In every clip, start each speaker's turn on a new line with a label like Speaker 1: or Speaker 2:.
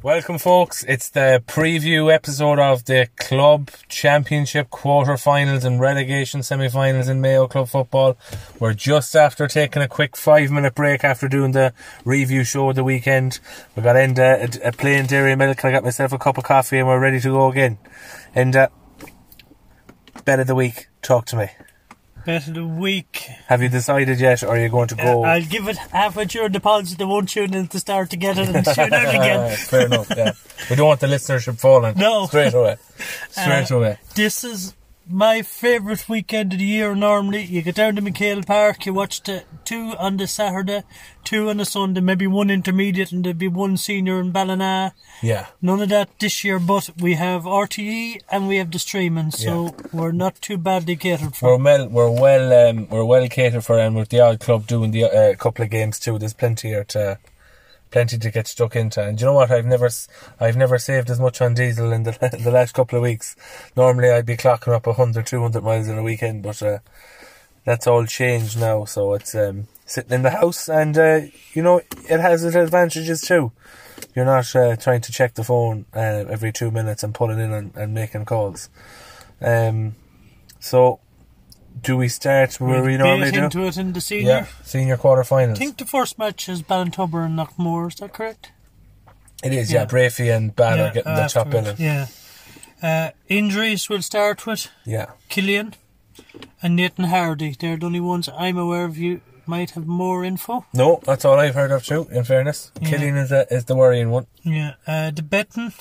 Speaker 1: Welcome, folks. It's the preview episode of the club championship quarterfinals and relegation semifinals in Mayo Club football. We're just after taking a quick five minute break after doing the review show of the weekend. We got in uh, a, a plain dairy milk. I got myself a cup of coffee and we're ready to go again. And uh, bet of the week, talk to me.
Speaker 2: Bet of the week.
Speaker 1: Have you decided yet, or are you going to go?
Speaker 2: I'll give it half a tune deposit. They won't tune in at the start to get it and tune out again.
Speaker 1: Fair enough. Yeah, we don't want the listenership falling.
Speaker 2: No.
Speaker 1: straight away. Straight
Speaker 2: Uh,
Speaker 1: away.
Speaker 2: This is my favourite weekend of the year normally. You get down to McHale Park, you watch the two on the Saturday, two on the Sunday, maybe one intermediate, and there'd be one senior in Ballina.
Speaker 1: Yeah.
Speaker 2: None of that this year, but we have RTE and we have the streaming, so we're not too badly catered for.
Speaker 1: We're well, we're well, um, we're well catered for, and with the odd club doing the uh, couple of games too, there's plenty here to, plenty to get stuck into. And do you know what? I've never, s- I've never saved as much on diesel in the the last couple of weeks. Normally, I'd be clocking up 100, 200 miles in a weekend, but uh, that's all changed now. So it's um, sitting in the house, and uh, you know it has its advantages too. You're not uh, trying to check the phone uh, every two minutes and pulling in and, and making calls. Um, so do we start where we
Speaker 2: We'll
Speaker 1: normally
Speaker 2: bait
Speaker 1: do?
Speaker 2: into it in the senior.
Speaker 1: Yeah, senior quarterfinals.
Speaker 2: I think the first match is Ballintubber and Knockmore, is that correct?
Speaker 1: it is, yeah.
Speaker 2: yeah.
Speaker 1: Braffy and Banner getting the top
Speaker 2: afterwards,
Speaker 1: billing. Yeah.
Speaker 2: Yeah. Uh, injuries we'll start with Killian and Nathan Hardy. They're the only ones I'm aware of. You might have more info.
Speaker 1: No, that's all I've heard of too. In fairness, Killian is a, is the worrying one.
Speaker 2: Yeah. Uh, the betting.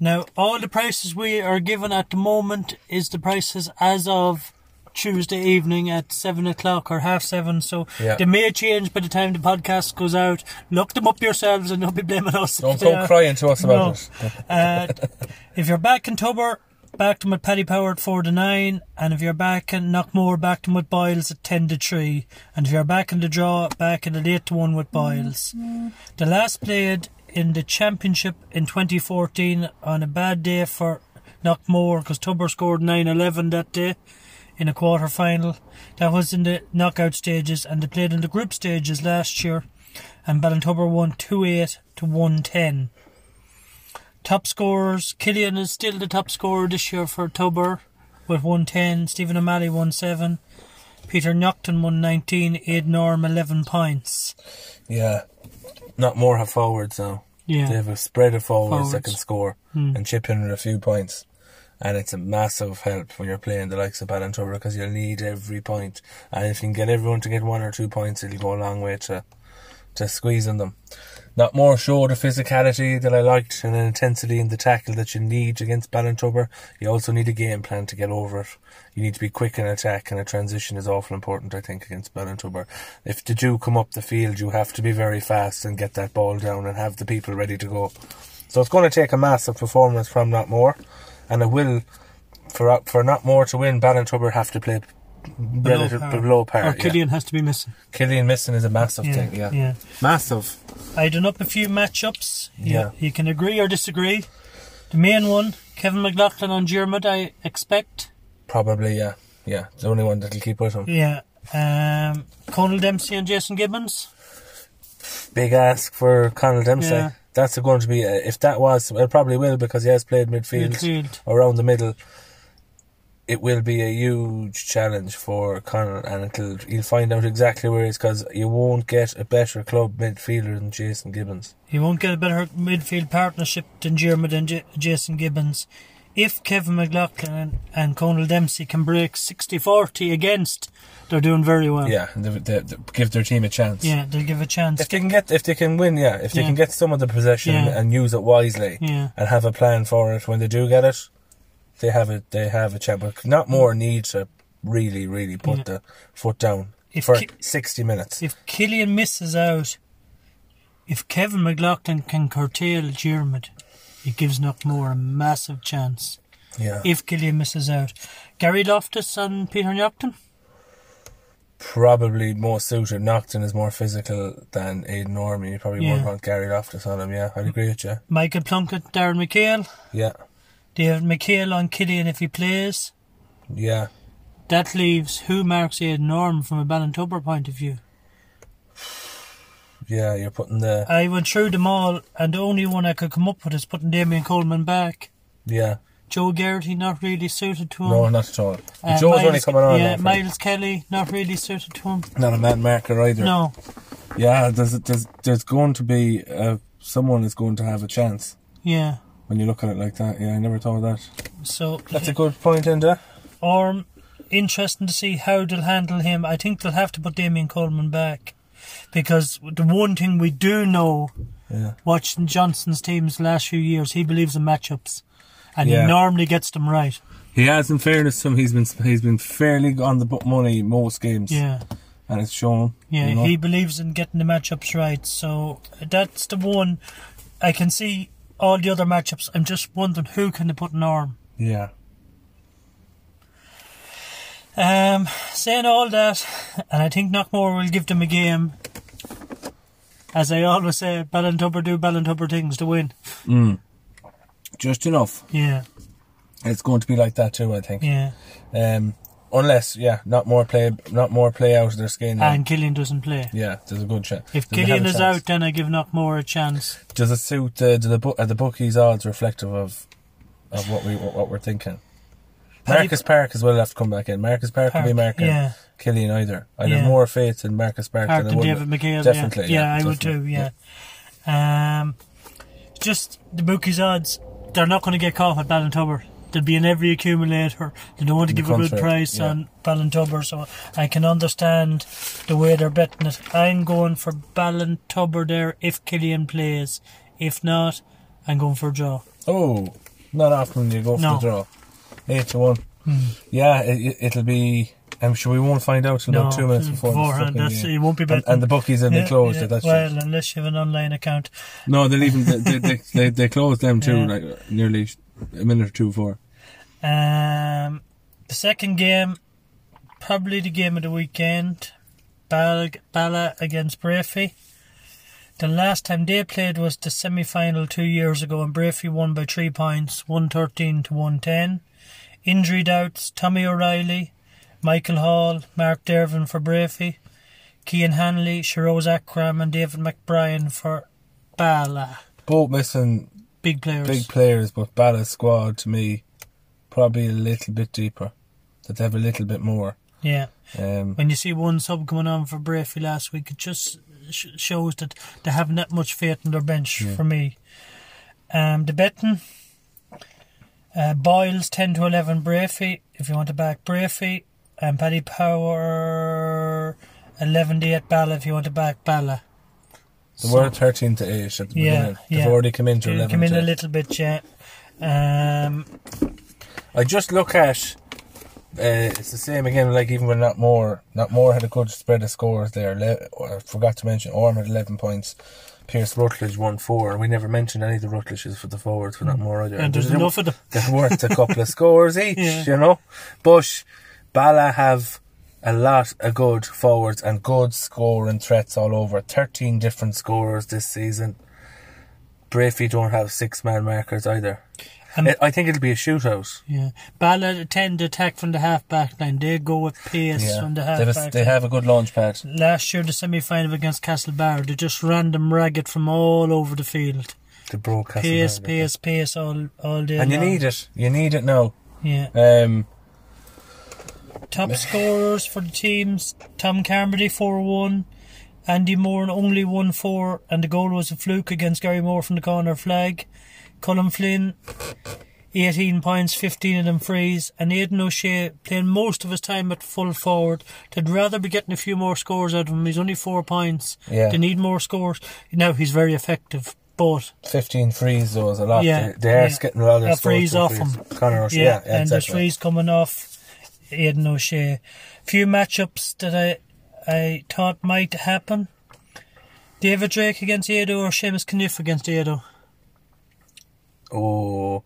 Speaker 2: Now, all the prices we are given at the moment is the prices as of Tuesday evening at seven o'clock or half seven. So
Speaker 1: Yeah.
Speaker 2: they may change by the time the podcast goes out. Look them up yourselves, and don't be blaming us. if
Speaker 1: Don't
Speaker 2: they
Speaker 1: come
Speaker 2: are.
Speaker 1: crying to us about it.
Speaker 2: uh, if you're back in Tubber, back them at Paddy Power at 4 to 9. And if you're back in Knockmore, back them with Biles at 10 to 3. And if you're back in the draw, back in the 8 to 1 with Biles. The last played in the championship in 2014 on a bad day for Knockmore because Tubber scored 9 11 that day. In a quarter final, that was in the knockout stages, and they played in the group stages last year. And Ballintubber won 2 8 to 110 top scorers. Killian is still the top scorer this year for Tubber with 110. Stephen O'Malley 17. Peter Nocton 119. Aid Norm 11 points.
Speaker 1: Yeah. Not more have forwards now.
Speaker 2: Yeah.
Speaker 1: They have a spread of forwards, that
Speaker 2: Forwards.
Speaker 1: can score and chip in with a few points. And it's a massive help when you're playing the likes of Ballantover because you'll need every point. And if you can get everyone to get one or two points, it'll go a long way to to squeezing them. Not more showed the physicality that I liked and the intensity and the tackle that you need against Ballantober. You also need a game plan to get over it. You need to be quick in attack and a transition is awful important, I think, against Ballantober. If the do come up the field, you have to be very fast and get that ball down and have the people ready to go. So it's going to take a massive performance from Not More, and it will for for Not More to win. Ballantober have to play relative
Speaker 2: par.
Speaker 1: below par.
Speaker 2: Or
Speaker 1: yeah.
Speaker 2: Killian has to be missing.
Speaker 1: Killian missing is a massive thing. Yeah,
Speaker 2: yeah.
Speaker 1: massive.
Speaker 2: I done up a few matchups. You-
Speaker 1: Yeah.
Speaker 2: You can agree or disagree. The main one, Kevin McLaughlin on Jermud, I expect.
Speaker 1: Probably, yeah. Yeah, the only one that'll keep with him.
Speaker 2: Yeah. Um, Conal Dempsey and Jason Gibbons.
Speaker 1: Big ask for Conal Dempsey.
Speaker 2: Yeah.
Speaker 1: That's going to be, uh, if that was, well, it probably will because he has played midfield,
Speaker 2: Midfield.
Speaker 1: around the middle. It will be a huge challenge for Conal and it'll, you'll find out exactly where he is because you won't get a better club midfielder than Jason Gibbons.
Speaker 2: He won't get a better midfield partnership than Jeremy and J- Jason Gibbons. If Kevin McLaughlin and, and Conal Dempsey can break 60 40 against, they're doing very well.
Speaker 1: Yeah, and they, they, they give their team a chance.
Speaker 2: Yeah, they'll give a chance.
Speaker 1: If they can get, if they can win, yeah. If they
Speaker 2: Yeah.
Speaker 1: can get some of the possession
Speaker 2: Yeah.
Speaker 1: and use it wisely,
Speaker 2: Yeah.
Speaker 1: and have a plan for it when they do get it, they have it. They have a chance. But not more need to really, really put
Speaker 2: Yeah.
Speaker 1: the foot down
Speaker 2: If
Speaker 1: for
Speaker 2: Ki-
Speaker 1: sixty minutes.
Speaker 2: If Killian misses out, if Kevin McLaughlin can curtail Jeremy, it gives Knockmore a massive chance.
Speaker 1: yeah,
Speaker 2: If Killian misses out, Gary Loftus and Peter Nocton?
Speaker 1: probably more suited. Nocton is more physical than Aidan Orme. You probably
Speaker 2: Yeah.
Speaker 1: won't want Gary Loftus on him. Yeah, I'd agree with you.
Speaker 2: Michael Plunkett, Darren McHale?
Speaker 1: Yeah,
Speaker 2: They have McHale on Killian if he plays.
Speaker 1: yeah.
Speaker 2: That leaves who marks a norm from a Ballintubber point of view.
Speaker 1: yeah, you're putting the
Speaker 2: I went through them all, and the only one I could come up with is putting Damien Coleman back.
Speaker 1: yeah.
Speaker 2: Joe Garrity not really suited to him.
Speaker 1: No, not at all.
Speaker 2: um, Uh,
Speaker 1: Joe's only
Speaker 2: Miles-
Speaker 1: coming on.
Speaker 2: Yeah,
Speaker 1: now for-
Speaker 2: Miles Kelly not really suited to him.
Speaker 1: not a mad marker either.
Speaker 2: No,
Speaker 1: Yeah, there's there's there's going to be uh, someone is going to have a chance
Speaker 2: yeah.
Speaker 1: when you look at it like that. Yeah, I never thought of that.
Speaker 2: So
Speaker 1: That's a good point, Enda.
Speaker 2: Orm, interesting to see how they'll handle him. I think they'll have to put Damien Coleman back because the one thing we do know,
Speaker 1: Yeah.
Speaker 2: watching Johnson's teams last few years, he believes in matchups, and
Speaker 1: Yeah.
Speaker 2: he normally gets them right.
Speaker 1: He has, in fairness to him, he's been he's been fairly on the bu- money most games.
Speaker 2: Yeah.
Speaker 1: and it's shown.
Speaker 2: Yeah,
Speaker 1: you know.
Speaker 2: he believes in getting the matchups right, so that's the one. I can see all the other matchups. I'm just wondering who can they put an arm.
Speaker 1: Yeah,
Speaker 2: Um, saying all that, and I think Knockmore will give them a game. As I always say, Ballantubber do Ballantubber things to win.
Speaker 1: just enough.
Speaker 2: Yeah,
Speaker 1: It's going to be like that too, I think.
Speaker 2: yeah.
Speaker 1: Um, unless yeah, not more play, not more play out of their skin.
Speaker 2: And Killian doesn't play.
Speaker 1: yeah, there's a good chance.
Speaker 2: If
Speaker 1: Then they have
Speaker 2: Killian
Speaker 1: a
Speaker 2: is
Speaker 1: chance.
Speaker 2: out, then I give Knockmore a chance.
Speaker 1: does it suit the do the book? Are the bookies' odds reflective of of what we what we're thinking?
Speaker 2: Paddy-
Speaker 1: Marcus Park as well have to come back in. Marcus Park, could be
Speaker 2: Park,
Speaker 1: marking
Speaker 2: yeah.
Speaker 1: Killian either. I'd
Speaker 2: Yeah.
Speaker 1: have more faith in Marcus Park
Speaker 2: Hart
Speaker 1: than I
Speaker 2: and
Speaker 1: would
Speaker 2: David McHale.
Speaker 1: Definitely.
Speaker 2: Yeah, I would too.
Speaker 1: definitely,
Speaker 2: Yeah. Um, just the bookies' odds. They're not going to get caught at Ballantubber. They'll be in every accumulator. They don't want to
Speaker 1: the
Speaker 2: give a good
Speaker 1: contract,
Speaker 2: price
Speaker 1: yeah.
Speaker 2: on Ballantubber, so I can understand the way they're betting it. I'm going for Ballantubber there if Killian plays. If not, I'm going for Joe.
Speaker 1: Oh, not often you go for
Speaker 2: No. Hmm.
Speaker 1: the draw. Eight to one. Yeah, it, it'll be. I'm sure we won't find out until about two minutes before
Speaker 2: beforehand,
Speaker 1: the fucking
Speaker 2: that's,
Speaker 1: game.
Speaker 2: you won't be
Speaker 1: and,
Speaker 2: betting.
Speaker 1: and the bookies and
Speaker 2: Yeah,
Speaker 1: they closed
Speaker 2: yeah,
Speaker 1: it. That's
Speaker 2: well,
Speaker 1: right.
Speaker 2: unless you have an online account.
Speaker 1: No, they leave them. They they, they, they closed them too,
Speaker 2: Yeah.
Speaker 1: like nearly a minute or two before.
Speaker 2: Um, the second game, probably the game of the weekend, Bal- Bala against Braffy. The last time they played was the semi final two years ago, and Braffy won by three points 113 to 110. Injury doubts Tommy O'Reilly, Michael Hall, Mark Dervin for Braffy, Kean Hanley, Shiroz Akram, and David McBrien for Bala.
Speaker 1: Both missing
Speaker 2: Big players.
Speaker 1: big players, but Balla's squad to me probably a little bit deeper. That they have a little bit more.
Speaker 2: yeah.
Speaker 1: Um,
Speaker 2: when you see one sub coming on for Braffy last week, it just sh- shows that they haven't that much faith in their bench for me. Um, the betting uh, Boyles 10 to 11 Braffy, if you want to back Braffy, and Paddy Power 11 to 8 Bala, if you want to back Bala.
Speaker 1: they were thirteen to eight at the
Speaker 2: Yeah,
Speaker 1: beginning. They've
Speaker 2: yeah.
Speaker 1: already come into
Speaker 2: You
Speaker 1: eleven.
Speaker 2: come in
Speaker 1: to
Speaker 2: a
Speaker 1: eight.
Speaker 2: little bit, yeah. Um,
Speaker 1: I just look at uh, it's the same again. Like even when not more, not more had a good spread of scores there. Le- I forgot to mention Orm had eleven points. Pierce Rutledge won four, and we never mentioned any of the Rutledges for the forwards for not more either.
Speaker 2: Mm. and there's
Speaker 1: They-
Speaker 2: enough of them.
Speaker 1: They're worth a couple of scores each,
Speaker 2: Yeah.
Speaker 1: you know. But Bala have a lot of good forwards and good scoring threats all over. Thirteen different scorers this season. Braffy don't have six man markers either.
Speaker 2: And-
Speaker 1: I- I think it'll be a shootout.
Speaker 2: Yeah, Bala tend to attack from the half back line. They go with pace from the half
Speaker 1: They,
Speaker 2: back
Speaker 1: have
Speaker 2: line.
Speaker 1: a, they have a good launch pad.
Speaker 2: last year the semi final against Castlebar, they just ran them ragged from all over the field.
Speaker 1: The broadcast.
Speaker 2: Pace, pace, pace all all day.
Speaker 1: And you
Speaker 2: long.
Speaker 1: need it. You need it now.
Speaker 2: Yeah.
Speaker 1: Um,
Speaker 2: Top scorers for the teams Tom Carmody 4 1, Andy Moore only 1 4, and the goal was a fluke against Gary Moore from the corner flag. Colin Flynn, 18 points, 15 of them frees, and Aidan O'Shea playing most of his time at full forward. They'd rather be getting a few more scores out of him. He's only 4 points.
Speaker 1: Yeah.
Speaker 2: They need more scores. Now he's very effective, but
Speaker 1: 15 frees though is a lot.
Speaker 2: Yeah,
Speaker 1: They- they are
Speaker 2: yeah.
Speaker 1: getting a lot of
Speaker 2: A
Speaker 1: scores
Speaker 2: freeze
Speaker 1: through
Speaker 2: off
Speaker 1: frees.
Speaker 2: them.
Speaker 1: Conor O'Shea.
Speaker 2: yeah,
Speaker 1: Yeah, yeah
Speaker 2: and there's
Speaker 1: exactly.
Speaker 2: frees coming off Aidan O'Shea. Few matchups that I I thought might happen. David Drake against Edo or Seamus Kniff against Edo.
Speaker 1: Oh.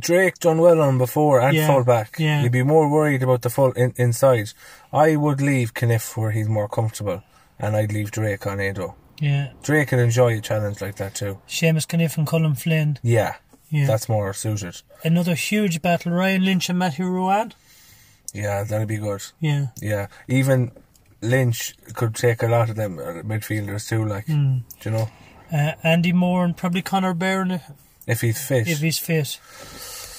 Speaker 1: Drake done well on before and
Speaker 2: Yeah,
Speaker 1: full back.
Speaker 2: yeah.
Speaker 1: You'd be more worried about the full in, inside. I would leave Kniff where he's more comfortable, and I'd leave Drake on Ado.
Speaker 2: Yeah.
Speaker 1: Drake could enjoy a challenge like that too.
Speaker 2: Seamus Kniff and Colin Flynn.
Speaker 1: Yeah,
Speaker 2: Yeah.
Speaker 1: that's more suited.
Speaker 2: Another huge battle. Ryan Lynch and Matthew Ruan.
Speaker 1: Yeah, that'd be good.
Speaker 2: Yeah.
Speaker 1: Yeah, even Lynch could take a lot of them uh, midfielders too. Like,
Speaker 2: Hmm.
Speaker 1: do you know
Speaker 2: Uh, Andy Moore and probably Connor Byrne
Speaker 1: if he's fit
Speaker 2: if he's fit.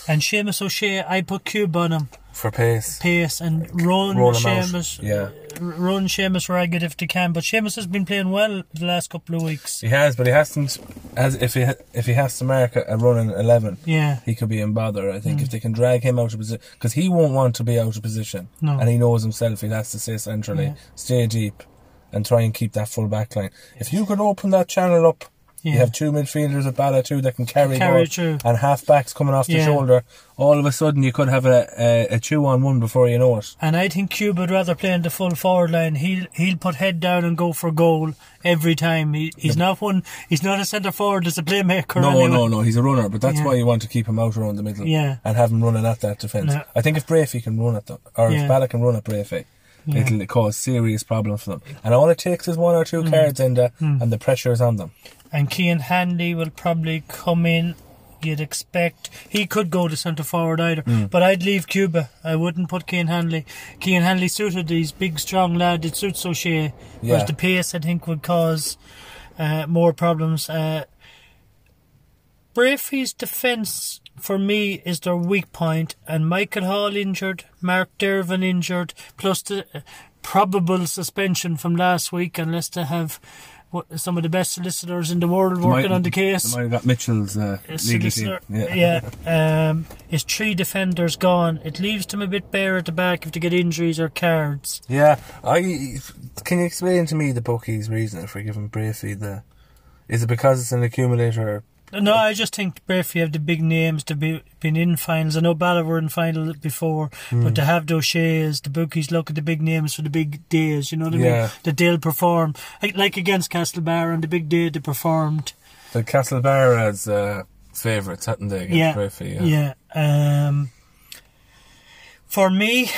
Speaker 2: And Seamus O'Shea, I put Cube on him.
Speaker 1: for pace?
Speaker 2: Pace and run
Speaker 1: Roll him out.
Speaker 2: Seamus.
Speaker 1: Yeah.
Speaker 2: r- Run Seamus ragged if they can. But Seamus has been playing well the last couple of weeks.
Speaker 1: He has, but he hasn't. As if he ha- if he has to mark a, a running eleven,
Speaker 2: Yeah. Hmm.
Speaker 1: he could be in bother. I think if they can drag him out of position, because he won't want to be out of position,
Speaker 2: No.
Speaker 1: and he knows himself. He has to stay centrally,
Speaker 2: Yeah.
Speaker 1: stay deep, and try and keep that full back line. If you could open that channel up,
Speaker 2: Yeah.
Speaker 1: you have two midfielders at Bala too that can carry,
Speaker 2: Carry
Speaker 1: ball,
Speaker 2: it through.
Speaker 1: and half backs coming off
Speaker 2: Yeah.
Speaker 1: the shoulder. All of a sudden, you could have a, a, a two on one before you know it.
Speaker 2: And I think Cube would rather play in the full forward line. He'll he'll put head down and go for goal every time. He, he's not one. He's not a centre forward. As a playmaker.
Speaker 1: No,
Speaker 2: anyway.
Speaker 1: no, no. He's a runner, but that's
Speaker 2: Yeah.
Speaker 1: why you want to keep him out around the middle.
Speaker 2: Yeah.
Speaker 1: And have him running at that defence.
Speaker 2: No.
Speaker 1: I think if Brafey can run at them, or
Speaker 2: Yeah.
Speaker 1: if Bala can run at Brafey,
Speaker 2: Yeah.
Speaker 1: it'll cause serious problems for them. And all it takes is one or
Speaker 2: Mm.
Speaker 1: two cards in there, and the pressure is on them.
Speaker 2: And Kean Handy will probably come in. You'd expect he could go to centre forward either,
Speaker 1: Mm.
Speaker 2: but I'd leave Cuba. I wouldn't put Kean Hanley. Kean Hanley suited these big, strong lad. It suits O'Shea,
Speaker 1: Yeah.
Speaker 2: whereas the pace I think would cause uh, more problems. Uh, Brafey's defence for me is their weak point, and Michael Hall injured, Mark Dervin injured, plus the uh, probable suspension from last week, unless they have wha- some of the best solicitors in the world working on the case.
Speaker 1: Might have got Mitchell's uh,
Speaker 2: A
Speaker 1: legal
Speaker 2: solicitor-
Speaker 1: team. Yeah.
Speaker 2: yeah, um, is three defenders gone. It leaves them a bit bare at the back if they get injuries or cards.
Speaker 1: Yeah. I can you explain to me the bookies' reason for giving Brafey the? Is it because it's an accumulator?
Speaker 2: No, I just think Brafey have the big names to be been in finals. I know Bala were in final before, but to have those shares, the bookies look at the big names for the big days. You know what I
Speaker 1: Yeah.
Speaker 2: mean? That they'll perform like, like against Castlebar on the big day they performed.
Speaker 1: The Castlebarra's uh, favourites, hadn't they? Against
Speaker 2: Yeah,
Speaker 1: Brafey,
Speaker 2: yeah. Um, for me,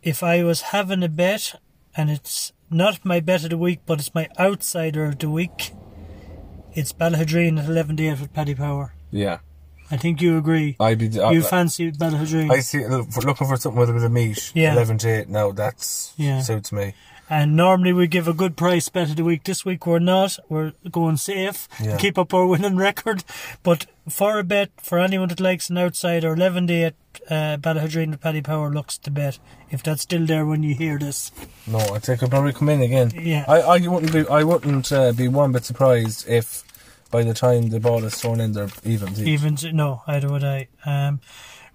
Speaker 2: if I was having a bet, and it's not my bet of the week, but it's my outsider of the week, it's Balahadreen at eleven to eight with Paddy Power.
Speaker 1: Yeah.
Speaker 2: I think you agree.
Speaker 1: I'd be. I-
Speaker 2: you fancy Belhadrine.
Speaker 1: Uh, I see look, for- looking for something with a bit of meat.
Speaker 2: Yeah.
Speaker 1: Eleven to eight. No, that's
Speaker 2: Yeah.
Speaker 1: suits me.
Speaker 2: and normally we give a good price bet of the week. This week we're not. We're going safe
Speaker 1: Yeah.
Speaker 2: to keep up our winning record. But for a bet, for anyone that likes an outsider, 11 day at uh, Balahadrine with Paddy Power looks to bet. If that's still there when you hear this.
Speaker 1: No, I think I'll probably come in again.
Speaker 2: Yeah.
Speaker 1: I, I wouldn't be. I wouldn't uh, be one bit surprised if, by the time the ball is thrown in, they're even.
Speaker 2: Even t- no, either would I. Um,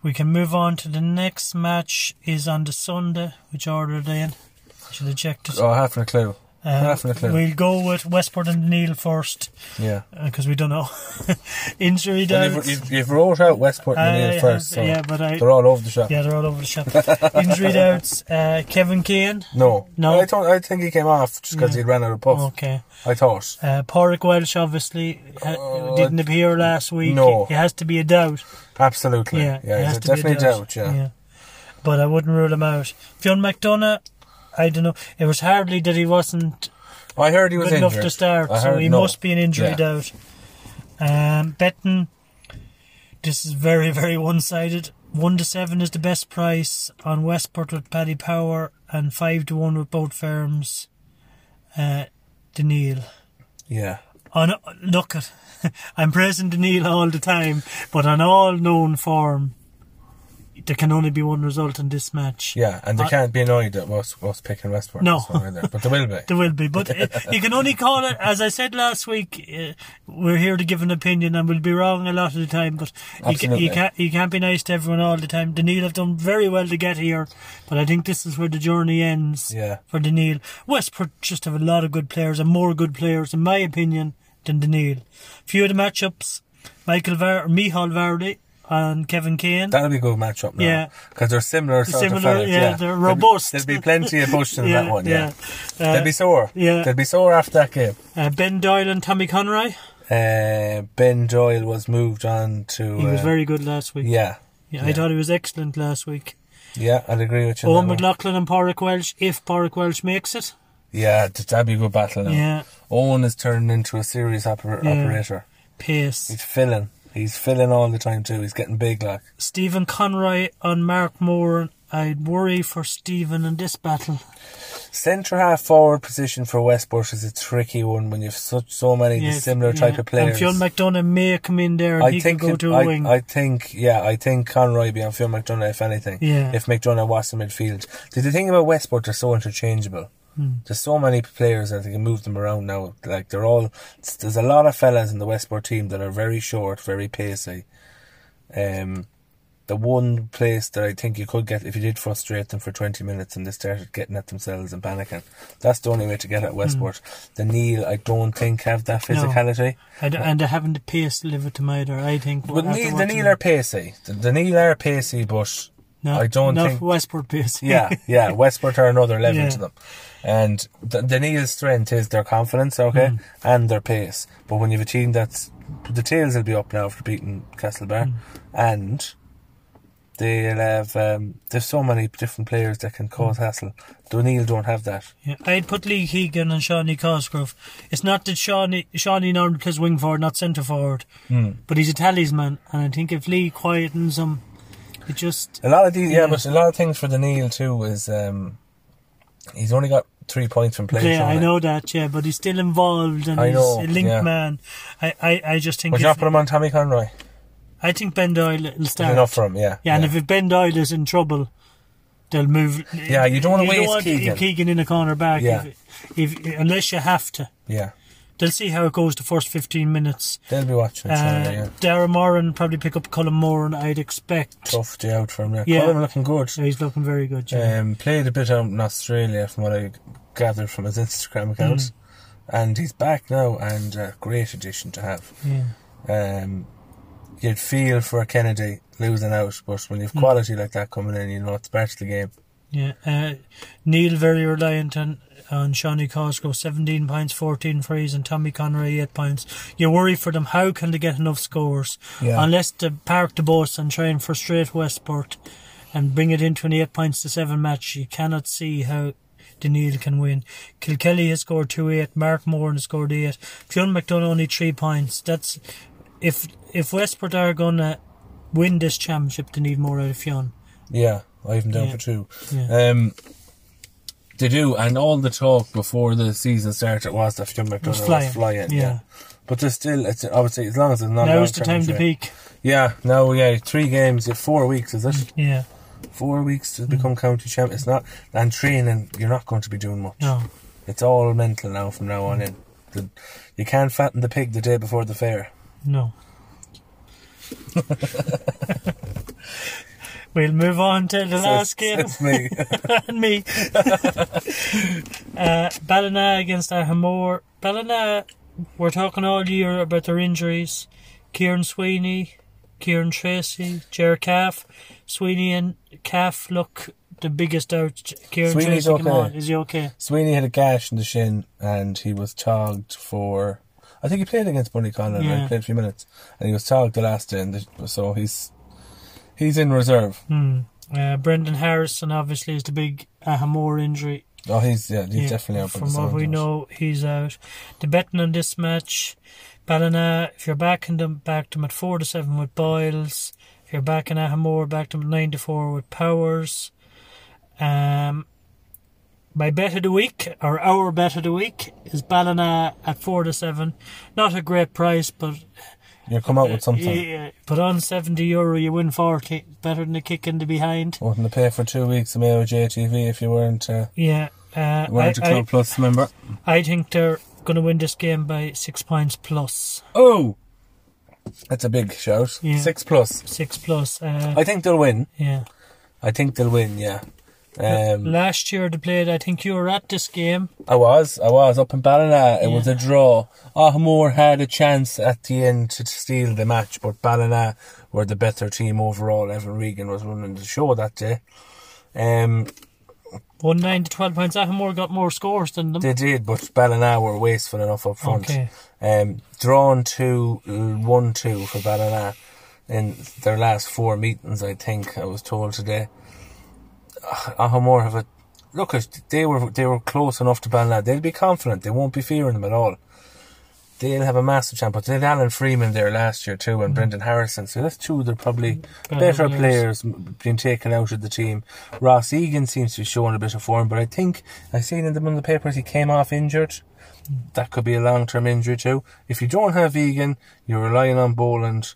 Speaker 2: we can move on to the next match is on the Sunday. Which order are they in? Should I check this?
Speaker 1: Oh, I haven't a clue. I
Speaker 2: Uh,
Speaker 1: haven't a clue.
Speaker 2: we'll go with Westport and Neil first.
Speaker 1: yeah.
Speaker 2: because we don't know injury
Speaker 1: Well,
Speaker 2: down.
Speaker 1: you've, you've, you've wrote out Westport and O'Neill first, so
Speaker 2: yeah, but I
Speaker 1: they're all over the shop.
Speaker 2: yeah they're all over the shop. injury doubts. Uh, Kevin Keane.
Speaker 1: No,
Speaker 2: No.
Speaker 1: I thought. I think he came off just because
Speaker 2: Yeah.
Speaker 1: he'd ran out of puff.
Speaker 2: Okay.
Speaker 1: I thought.
Speaker 2: Uh, Porrick Welsh obviously ha-
Speaker 1: Uh,
Speaker 2: didn't appear last week.
Speaker 1: no.
Speaker 2: It has to be a doubt.
Speaker 1: Absolutely.
Speaker 2: Yeah.
Speaker 1: Yeah. Yeah.
Speaker 2: it has
Speaker 1: there's
Speaker 2: to be
Speaker 1: definitely
Speaker 2: a doubt.
Speaker 1: Yeah.
Speaker 2: But I wouldn't rule him out. Fionn McDonough. I don't know. It was hardly that he wasn't
Speaker 1: I heard he was
Speaker 2: good
Speaker 1: injured.
Speaker 2: enough to start,
Speaker 1: I
Speaker 2: so
Speaker 1: heard-
Speaker 2: he
Speaker 1: no.
Speaker 2: must be an injury
Speaker 1: Yeah.
Speaker 2: doubt. Um, Betton, this is very, very one sided. One to seven is the best price on Westport with Paddy Power, and five to one with both firms. Uh, Daniil.
Speaker 1: Yeah.
Speaker 2: On look at, I'm praising Daniil all the time, but on all known form, there can only be one result in this match.
Speaker 1: Yeah, and they
Speaker 2: I-
Speaker 1: can't be annoyed at us, us picking Westport.
Speaker 2: No.
Speaker 1: That's what we're there, but they will be.
Speaker 2: There will be, but uh, you can only call it, as I said last week, uh, we're here to give an opinion and we'll be wrong a lot of the time, but you, ca-
Speaker 1: Absolutely.
Speaker 2: you, can't, you can't be nice to everyone all the time. Daniel have done very well to get here, but I think this is where the journey ends
Speaker 1: Yeah.
Speaker 2: for Daniel. Westport just have a lot of good players and more good players, in my opinion, than Daniel. Few of the matchups, Michael Var- Mihal Vardy and Kevin Kane.
Speaker 1: That'll be a good matchup now.
Speaker 2: Yeah.
Speaker 1: Because they're similar sort
Speaker 2: Similar,
Speaker 1: of fellas.
Speaker 2: yeah,
Speaker 1: Yeah,
Speaker 2: they're
Speaker 1: There'll be-
Speaker 2: robust.
Speaker 1: There'll be plenty of push in that one, yeah.
Speaker 2: yeah. Uh,
Speaker 1: They'll be sore.
Speaker 2: yeah.
Speaker 1: They'll be sore after that game.
Speaker 2: uh, ben Doyle and Tommy Conroy.
Speaker 1: Uh, ben Doyle was moved on to.
Speaker 2: He was
Speaker 1: uh,
Speaker 2: very good last week.
Speaker 1: Yeah.
Speaker 2: Yeah, I thought he was excellent last week.
Speaker 1: Yeah, I'd agree with you. on
Speaker 2: Owen
Speaker 1: that one.
Speaker 2: McLaughlin and Porrick Welsh, if Porrick Welsh makes it.
Speaker 1: Yeah, th- that'd be a good battle now.
Speaker 2: Yeah,
Speaker 1: Owen is turning into a serious oper-
Speaker 2: Yeah.
Speaker 1: operator.
Speaker 2: pace.
Speaker 1: He's filling. He's filling all the time, too. He's getting big, like.
Speaker 2: Stephen Conroy on Mark Moore. I'd worry for Stephen in this battle.
Speaker 1: Centre half forward position for Westport is a tricky one when you've such so many
Speaker 2: Yeah,
Speaker 1: similar
Speaker 2: yeah.
Speaker 1: type of
Speaker 2: And
Speaker 1: players.
Speaker 2: Fionn McDonough may come in there and
Speaker 1: I
Speaker 2: he
Speaker 1: think
Speaker 2: can go
Speaker 1: it-
Speaker 2: to a
Speaker 1: I,
Speaker 2: wing.
Speaker 1: I think yeah, I think Conroy be on Phil McDonough if anything.
Speaker 2: Yeah.
Speaker 1: If McDonough was in midfield. See, The thing about Westport they're so interchangeable.
Speaker 2: Hmm.
Speaker 1: There's so many players that they can move them around now. Like they're all it's- there's a lot of fellas in the Westport team that are very short, very pacey. Um the one place that I think you could get if you did frustrate them for twenty minutes and they started getting at themselves and panicking. That's the only way to get at Westport. The Neil I don't think have that
Speaker 2: Hmm. No.
Speaker 1: physicality.
Speaker 2: and, and they haven't the pace to live with them either, I think.
Speaker 1: But
Speaker 2: after
Speaker 1: Neil, the
Speaker 2: watching
Speaker 1: Neil
Speaker 2: them.
Speaker 1: are pacey. The, the Neil are pacey, but
Speaker 2: No,
Speaker 1: I don't
Speaker 2: not
Speaker 1: think-
Speaker 2: Westport pace.
Speaker 1: yeah, yeah, Westport are another level
Speaker 2: Yeah.
Speaker 1: to them. And the, the Neil's strength is their confidence, okay,
Speaker 2: Mm.
Speaker 1: and their pace. But when you have a team that's the tails will be up now after beating Castlebar,
Speaker 2: Mm.
Speaker 1: and they'll have um, there's so many different players that can cause
Speaker 2: Mm.
Speaker 1: hassle. The Neil don't have that.
Speaker 2: Yeah, I'd put Lee Keegan and Shawnee Cosgrove. It's not that Shawnee Shawnee normally plays wing forward, not centre forward,
Speaker 1: Hmm.
Speaker 2: but he's a talisman, and I think if Lee quietens him, it just
Speaker 1: A lot of these, yeah,
Speaker 2: Yeah.
Speaker 1: but a lot of things for the Neil too is um, he's only got three points from players.
Speaker 2: yeah, I know that, yeah, but he's still involved and
Speaker 1: I
Speaker 2: he's
Speaker 1: know,
Speaker 2: a linked
Speaker 1: yeah.
Speaker 2: man. I, I, I just think
Speaker 1: Would
Speaker 2: if,
Speaker 1: you not put him on Tommy Conroy?
Speaker 2: I think Ben Doyle will start.
Speaker 1: Enough for him, yeah.
Speaker 2: yeah, and if Ben Doyle is in trouble, they'll move.
Speaker 1: Yeah, you don't wanna waste Keegan.
Speaker 2: in a corner back,
Speaker 1: Yeah.
Speaker 2: if, if, unless you have to.
Speaker 1: yeah.
Speaker 2: They'll see how it goes the first fifteen minutes.
Speaker 1: They'll be watching it.
Speaker 2: Uh,
Speaker 1: yeah.
Speaker 2: Darren Moran probably pick up Colin Moran, I'd expect.
Speaker 1: Tough day out for him. Yeah.
Speaker 2: Yeah.
Speaker 1: Colin looking good.
Speaker 2: So he's looking very good, yeah.
Speaker 1: Um, played a bit out in Australia from what I gathered from his Instagram account.
Speaker 2: Mm.
Speaker 1: And he's back now and a great addition to have.
Speaker 2: yeah.
Speaker 1: Um, you'd feel for Kennedy losing out, but when
Speaker 2: Mm.
Speaker 1: you've quality like that coming in, you know it's part of the game.
Speaker 2: Yeah. Uh, Neil very reliant on, on Shawnee Cosgrove, 17 points, 14 frees, and Tommy Conroy, 8 points. You worry for them, how can they get enough scores?
Speaker 1: Yeah.
Speaker 2: Unless they park the bus and try and frustrate Westport and bring it into an 8 points to 7 match, you cannot see how the Neil can win. Kilkelly has scored 2 8, Mark Moran has scored 8, Fionn McDonough only 3 points. That's if if Westport are going to win this championship, they need more out of Fionn.
Speaker 1: Yeah, I have him down
Speaker 2: Yeah.
Speaker 1: for two.
Speaker 2: Yeah.
Speaker 1: Um, they do, and all the talk before the season started was that Fionn McDonough was flying.
Speaker 2: flying,
Speaker 1: yeah.
Speaker 2: yeah.
Speaker 1: But there's still, it's, I would say, as long as it's not
Speaker 2: Now's the
Speaker 1: long-term
Speaker 2: time to
Speaker 1: injury.
Speaker 2: peak.
Speaker 1: Yeah, no, yeah, three games, yeah, four weeks, is it?
Speaker 2: Yeah.
Speaker 1: Four weeks to
Speaker 2: Mm.
Speaker 1: become county champ. It's not, and training, you're not going to be doing much.
Speaker 2: No. Mm.
Speaker 1: It's all mental now from now on in. The, you can't fatten the pig the day before the fair.
Speaker 2: No. we'll move on to the last game.
Speaker 1: It's me.
Speaker 2: and me. uh, Ballina against Ahamore. Ballina, we're talking all year about their injuries. Kieran Sweeney, Kieran Tracy, Jared Calf. Sweeney and Calf look the biggest out. Kieran
Speaker 1: Sweeney's
Speaker 2: Tracy, come
Speaker 1: okay.
Speaker 2: on, is he okay?
Speaker 1: Sweeney had a gash in the shin and he was togged for. I think he played against Bunny Conlon. and
Speaker 2: Yeah.
Speaker 1: He played a few minutes and he was togged the last day, and the, so he's he's in reserve.
Speaker 2: Hmm. Uh, Brendan Harrison obviously is the big Ahamore injury.
Speaker 1: Oh, he's yeah, he's
Speaker 2: Yeah,
Speaker 1: definitely out. by the
Speaker 2: From what
Speaker 1: sounds
Speaker 2: we
Speaker 1: of it.
Speaker 2: know, he's out. The betting on this match, Ballina, if you're backing them, back them at 4 to 7 with Boyles. If you're backing Ahamore, back them at 9 to 4 with Powers. Um, my bet of the week, or our bet of the week, is Ballina at 4 to 7. Not a great price, but
Speaker 1: you come out with something.
Speaker 2: Uh, yeah, but on 70 euro, you win 40. Better than a kick in the behind.
Speaker 1: Wouldn't pay for two weeks of Mayo JTV if you weren't. Uh,
Speaker 2: Yeah. Uh,
Speaker 1: Weren't a
Speaker 2: I- I-
Speaker 1: Club Plus member.
Speaker 2: I think they're going to win this game by six points plus.
Speaker 1: Oh! That's a big shout.
Speaker 2: Yeah.
Speaker 1: Six plus.
Speaker 2: Six plus. Uh,
Speaker 1: I think they'll win.
Speaker 2: yeah.
Speaker 1: I think they'll win, yeah. Um,
Speaker 2: Last year they played, I think you were at this game.
Speaker 1: I was, I was up in Ballina. It was
Speaker 2: Yeah.
Speaker 1: a draw. Ahmore had a chance at the end to steal the match, but Ballina were the better team overall. Evan Regan was running the show that day. Um,
Speaker 2: 1 9 to 12 points. Ahamore got more scores than them.
Speaker 1: they did, but Ballina were wasteful enough up front.
Speaker 2: Okay.
Speaker 1: Um, drawn to one two for Ballina in their last four meetings. I think I was told today. Ah- Ahamore have a look. At, they were they were close enough to Ballina. They'll be confident. They won't be fearing them at all. they'll have a massive chance. But they had Alan Freeman there last year too, and Brendan Harrison. So that's two. They're probably
Speaker 2: Better
Speaker 1: better
Speaker 2: players.
Speaker 1: players. m being taken out of the team. Ross Egan seems to be showing a bit of form, but I think I seen in the, in the papers he came off injured. That could be a long term injury too. If you don't have Egan, you're relying on Boland.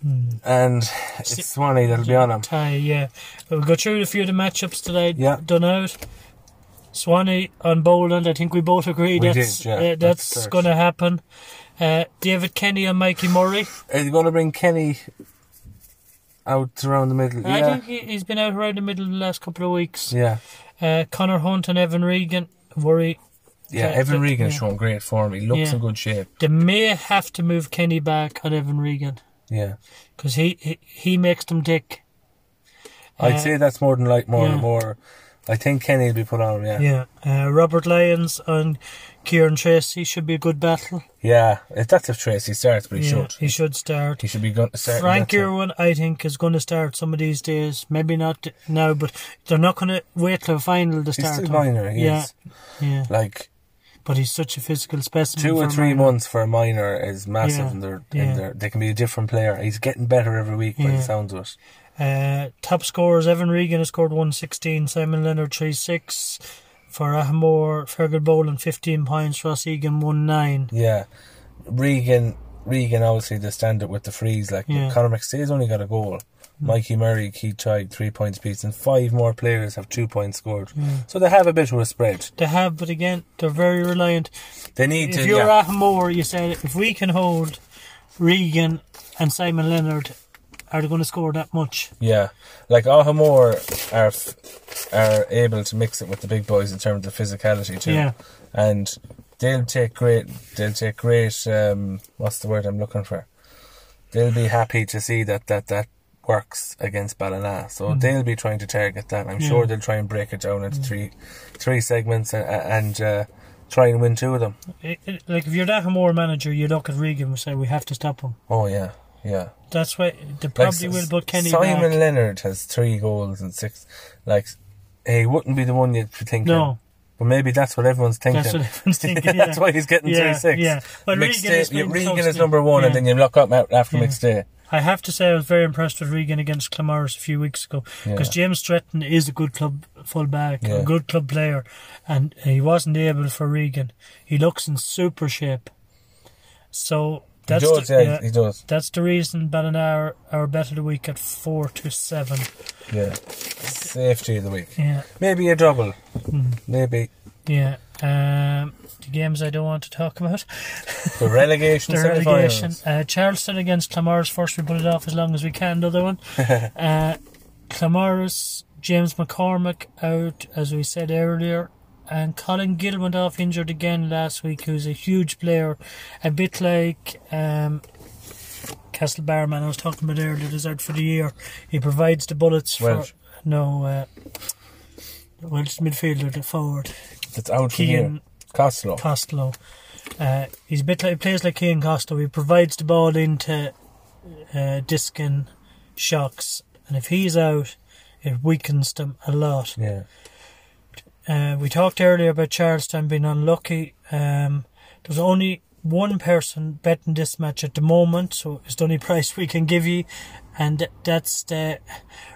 Speaker 1: Hmm. And it's Swanee that'll be on him.
Speaker 2: Tie, yeah. We'll go through a few of the matchups today.
Speaker 1: Yeah.
Speaker 2: Done out. Swanee on Boland. I think we both agree
Speaker 1: We
Speaker 2: that's
Speaker 1: did, yeah,
Speaker 2: uh,
Speaker 1: that's
Speaker 2: that's,
Speaker 1: correct.
Speaker 2: going to happen. Uh, David Kenny and Mikey Murray.
Speaker 1: Are you going to bring Kenny out around the middle?
Speaker 2: I
Speaker 1: yeah.
Speaker 2: think he, he's been out around the middle of the last couple of weeks.
Speaker 1: yeah.
Speaker 2: Uh, Connor Hunt and Evan Regan. Worry.
Speaker 1: Yeah,
Speaker 2: Yeah,
Speaker 1: Evan
Speaker 2: but-
Speaker 1: Regan is
Speaker 2: yeah.
Speaker 1: showing great form. He looks
Speaker 2: Yeah.
Speaker 1: in good shape.
Speaker 2: They may have to move Kenny back on Evan Regan
Speaker 1: Yeah.
Speaker 2: because he, he he makes them dick. Uh,
Speaker 1: I'd say that's more than like more
Speaker 2: yeah.
Speaker 1: and more. I think Kenny will be put on, yeah.
Speaker 2: Yeah, uh, Robert Lyons and Kieran Tracy should be a good battle.
Speaker 1: Yeah, if that's if Tracy starts, but he
Speaker 2: yeah,
Speaker 1: should.
Speaker 2: he should start.
Speaker 1: He should be going to start.
Speaker 2: Frank Irwin, I think, is going to start some of these days. Maybe not th- now, but they're not going to wait till the final to
Speaker 1: He's
Speaker 2: start.
Speaker 1: still
Speaker 2: him.
Speaker 1: minor. He
Speaker 2: yeah,
Speaker 1: is.
Speaker 2: yeah.
Speaker 1: Like
Speaker 2: But he's such a physical specimen.
Speaker 1: two
Speaker 2: Mm, for
Speaker 1: or
Speaker 2: a
Speaker 1: three
Speaker 2: minor.
Speaker 1: months for a minor is massive,
Speaker 2: Yeah,
Speaker 1: and they're,
Speaker 2: yeah.
Speaker 1: and they're they can be a different player. He's getting better every week by
Speaker 2: Yeah.
Speaker 1: the sounds of it.
Speaker 2: Uh, top scorers Evan Regan has scored 116, Simon Leonard 3 6. For Ahmore, Fergal Boland 15 points, Ross Egan 1 9.
Speaker 1: Yeah, Regan. Regan obviously the standard with the freeze. Like
Speaker 2: Yeah. Mm.
Speaker 1: Conor McStay's only got a goal. Mikey Murray, Keith Chide, three points piece, and five more players have two points scored. So they have a bit of a spread.
Speaker 2: They have, but again, they're very reliant.
Speaker 1: They need
Speaker 2: If
Speaker 1: to.
Speaker 2: you're
Speaker 1: yeah.
Speaker 2: Ahmore, you said if we can hold Regan and Simon Leonard, are they going to score that much?
Speaker 1: Yeah, like Ahamore are f- are able to mix it with the big boys in terms of physicality too.
Speaker 2: Yeah.
Speaker 1: and they'll take great. They'll take great. Um, what's the word I'm looking for? They'll be happy to see that that that works against Ballina. So they'll be trying to target that. I'm
Speaker 2: Mm-hmm. Yeah. Mm-hmm.
Speaker 1: sure they'll try and break it down into three three segments and, and uh, try and win two of them.
Speaker 2: It, it- like if you're that Ahmore manager, you look at Regan and say we have to stop him.
Speaker 1: Oh yeah, yeah.
Speaker 2: That's why they
Speaker 1: Like,
Speaker 2: probably will
Speaker 1: S-
Speaker 2: put Kenny
Speaker 1: Simon
Speaker 2: back.
Speaker 1: Leonard has three goals and six. Like he wouldn't be the one you'd think.
Speaker 2: No.
Speaker 1: But maybe that's what everyone's thinking.
Speaker 2: That's what everyone's thinking. Yeah.
Speaker 1: That's why he's getting
Speaker 2: Yeah,
Speaker 1: three six.
Speaker 2: yeah. But
Speaker 1: Mixed
Speaker 2: Regan
Speaker 1: day-
Speaker 2: has
Speaker 1: yeah,
Speaker 2: been
Speaker 1: Regan
Speaker 2: close
Speaker 1: is
Speaker 2: to-
Speaker 1: number one, and
Speaker 2: yeah.
Speaker 1: then you lock up out after
Speaker 2: Yeah.
Speaker 1: mixed day.
Speaker 2: I have to say I was very impressed with Regan against Clamars a few weeks ago because James Stretton is a good club fullback, a
Speaker 1: Yeah.
Speaker 2: good club player, and he wasn't able for Regan. He looks in super shape, so that's
Speaker 1: he does,
Speaker 2: the,
Speaker 1: yeah, he does.
Speaker 2: that's the reason Ballinar are better the week at four to seven.
Speaker 1: Yeah. Safety of the week.
Speaker 2: Yeah,
Speaker 1: Maybe a double.
Speaker 2: Hmm.
Speaker 1: Maybe
Speaker 2: yeah. Um, the games I don't want to talk about.
Speaker 1: the relegation.
Speaker 2: the
Speaker 1: semi-finals.
Speaker 2: relegation. Uh, Charleston against Clamores. First, we put it off as long as we can. Another one. uh, Clamores, James McCormick out, as we said earlier. And Colin Gill went off injured again last week, who's a huge player. A bit like um, Castle Barman, I was talking about earlier, is out for the year. He provides the bullets
Speaker 1: Welsh.
Speaker 2: for. No, uh, Welsh midfielder, the forward.
Speaker 1: That's out for
Speaker 2: Keegan-
Speaker 1: you. Costello.
Speaker 2: Costello. Uh, he's a bit like he plays like Ian Costello. He provides the ball into uh, Diskin shocks, and if he's out, it weakens them a lot.
Speaker 1: yeah.
Speaker 2: Uh, we talked earlier about Charleston being unlucky. Um, there's only one person betting this match at the moment, so it's the only price we can give you, and th- that's the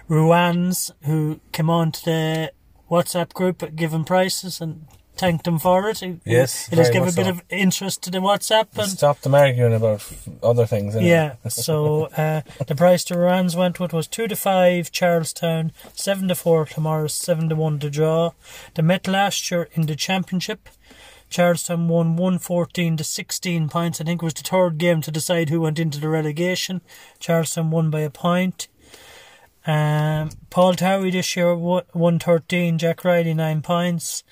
Speaker 2: Ruans who came on to the WhatsApp group giving prices and thanked them for it. It-
Speaker 1: Yes,
Speaker 2: it has
Speaker 1: very
Speaker 2: given a
Speaker 1: much
Speaker 2: bit
Speaker 1: so.
Speaker 2: of interest to the WhatsApp and.
Speaker 1: Stop them arguing about f- other things. innit?
Speaker 2: Yeah, so uh, the price the Ruans went with was two to five Charlestown, seven to four Clamaris, seven to one to draw. They met last year in the championship. Charlestown won one fourteen to sixteen points. I think it was the third game to decide who went into the relegation. Charlestown won by a point. Um, Paul Towie this year wa- won thirteen. Jack Riley nine points.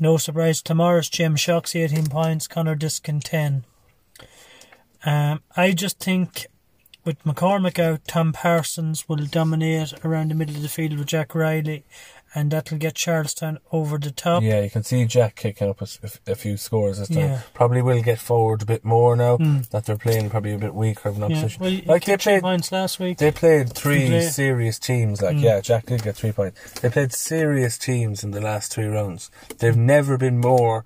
Speaker 2: No surprise, Clamaris Jim Shocks eighteen points. Connor Diskin ten. Um, I just think with McCormick out, Tom Parsons will dominate around the middle of the field with Jack Riley, and that'll get Charlestown over the top.
Speaker 1: Yeah, you can see Jack kicking up a, s- a f- a few scores this time.
Speaker 2: Yeah. Hmm.
Speaker 1: Probably will get forward a bit more now that they're playing probably a bit weaker of an
Speaker 2: Yeah,
Speaker 1: opposition.
Speaker 2: well, you
Speaker 1: like they
Speaker 2: kicked three
Speaker 1: played,
Speaker 2: points last week.
Speaker 1: they played three
Speaker 2: play- Mm.
Speaker 1: serious teams. Like yeah, Jack did get three points. They played serious teams in the last three rounds. They've never been more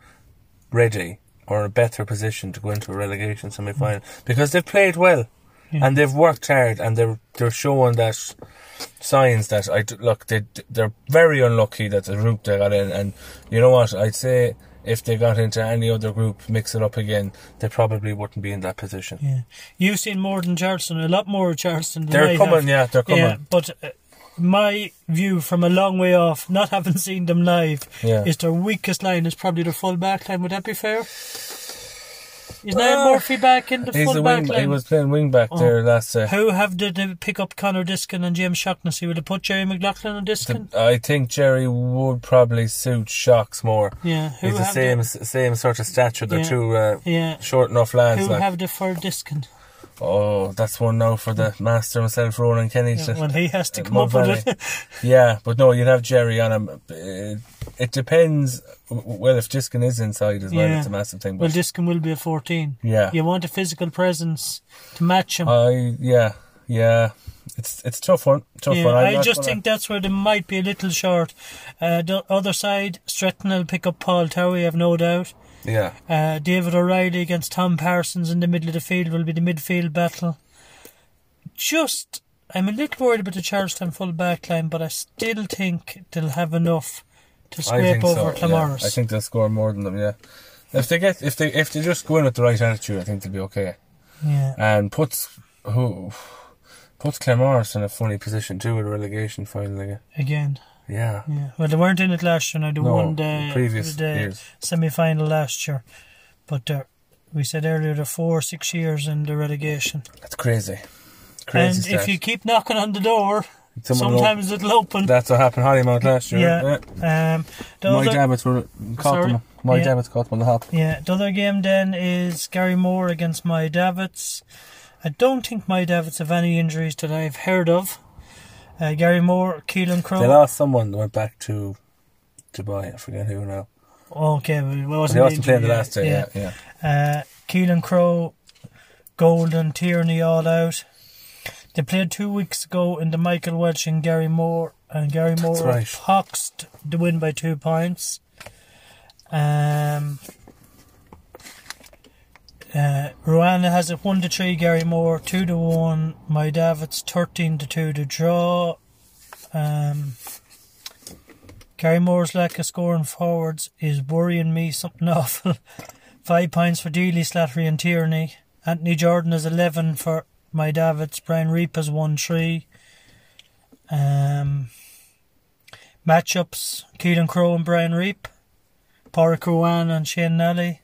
Speaker 1: ready are in a better position to go into a relegation semi final
Speaker 2: Mm.
Speaker 1: because they've played well and they've worked hard and they're they're showing that signs that I d- look they they're very unlucky that the group they got in and you know what I'd say if they got into any other group mix it up again they probably wouldn't be in that position
Speaker 2: Yeah. You've seen more than Charleston, a lot more of Charleston than
Speaker 1: They're
Speaker 2: I have.
Speaker 1: coming, yeah, they're coming.
Speaker 2: Yeah, but uh, my view from a long way off, not having seen them live,
Speaker 1: Yeah.
Speaker 2: is their weakest line is probably their full back line. Would that be fair? Is
Speaker 1: Uh,
Speaker 2: Niall Murphy back in the
Speaker 1: he's
Speaker 2: full
Speaker 1: a
Speaker 2: back
Speaker 1: wing
Speaker 2: line?
Speaker 1: he was playing wing back there last uh,
Speaker 2: Who have they to pick up Connor Diskin and James Shocknessy? Would they put Jerry McLaughlin and Diskin?
Speaker 1: I think Jerry would probably suit Shocks more
Speaker 2: yeah, who
Speaker 1: he's the
Speaker 2: have
Speaker 1: same
Speaker 2: they-
Speaker 1: s same sort of stature they're
Speaker 2: Yeah.
Speaker 1: two uh,
Speaker 2: yeah.
Speaker 1: short enough lads
Speaker 2: Who
Speaker 1: like.
Speaker 2: have the for Diskin?
Speaker 1: oh that's one now for
Speaker 2: Hmm.
Speaker 1: the master himself Ronan Kenny to-
Speaker 2: When he has to
Speaker 1: Uh,
Speaker 2: come up
Speaker 1: Mo
Speaker 2: with
Speaker 1: Valley.
Speaker 2: it.
Speaker 1: Yeah, but no, you'd have Jerry on him. Uh, It depends. w- Well, if Diskin is inside as well,
Speaker 2: Yeah.
Speaker 1: it's a massive thing.
Speaker 2: Well,
Speaker 1: But
Speaker 2: Diskin will be a 14.
Speaker 1: Yeah. Oh,
Speaker 2: You want a physical presence to match him.
Speaker 1: I, yeah, yeah, it's it's a tough one. Tough
Speaker 2: Yeah,
Speaker 1: one. I'm
Speaker 2: I
Speaker 1: not
Speaker 2: just
Speaker 1: gonna-
Speaker 2: think that's where they might be a little short. Uh, the other side, Stretton will pick up Paul Towie, I've no doubt.
Speaker 1: Yeah,
Speaker 2: Uh, David O'Reilly against Tom Parsons in the middle of the field will be the midfield battle. Just, I'm a little worried about the Charleston full back line, but I still think they'll have enough to
Speaker 1: I
Speaker 2: scrape
Speaker 1: think so. Yeah.
Speaker 2: over Clamorris.
Speaker 1: I think they'll score more than them. Yeah, if they get if they if they just go in with the right attitude, I think they'll be okay.
Speaker 2: yeah.
Speaker 1: And puts who puts Clemorris in a funny position too with a relegation final. again.
Speaker 2: Again,
Speaker 1: Yeah,
Speaker 2: yeah. Well, they weren't in it last year. Now they
Speaker 1: No,
Speaker 2: won
Speaker 1: the
Speaker 2: the
Speaker 1: previous
Speaker 2: the
Speaker 1: years.
Speaker 2: semi-final last year, but they're, we said earlier they're four, six years in the relegation.
Speaker 1: that's crazy. Crazy
Speaker 2: and
Speaker 1: stuff.
Speaker 2: if you keep knocking on the door,
Speaker 1: Someone will-
Speaker 2: sometimes it'll open.
Speaker 1: That's what happened Hollymount last year.
Speaker 2: yeah. Um, the
Speaker 1: My
Speaker 2: other,
Speaker 1: Dabbits were caught
Speaker 2: Sorry?
Speaker 1: them. My
Speaker 2: Yeah.
Speaker 1: Dabbits caught them on the hop.
Speaker 2: yeah. The other game then is Gary Moore against my Davits. I don't think my Davits have any injuries that I've heard of. Uh, Gary Moore, Keelan
Speaker 1: They
Speaker 2: Crow.
Speaker 1: lost someone that went back to Dubai. I forget who now.
Speaker 2: Okay, well, it
Speaker 1: They
Speaker 2: wasn't
Speaker 1: lost them
Speaker 2: injury,
Speaker 1: playing the
Speaker 2: yeah,
Speaker 1: last day. Yeah, yeah.
Speaker 2: Uh, Keelan Crow, Golden, Tierney all out. They played two weeks ago in the Michael Welch and Gary Moore, and Gary Moore
Speaker 1: right.
Speaker 2: boxed the win by two points. Um, uh, Rwanda has it 1 to 3, Gary Moore 2 to 1, My Davids 13 to 2 to draw. Um, Gary Moore's lack of scoring forwards is worrying me something awful. Five points for Dealey, Slattery, and Tierney. Anthony Jordan is 11 for my Davids. Brian Reap has 1 3. Um, matchups Keelan Crow and Brian Reap. Porrick Ruan and Shane Nelly.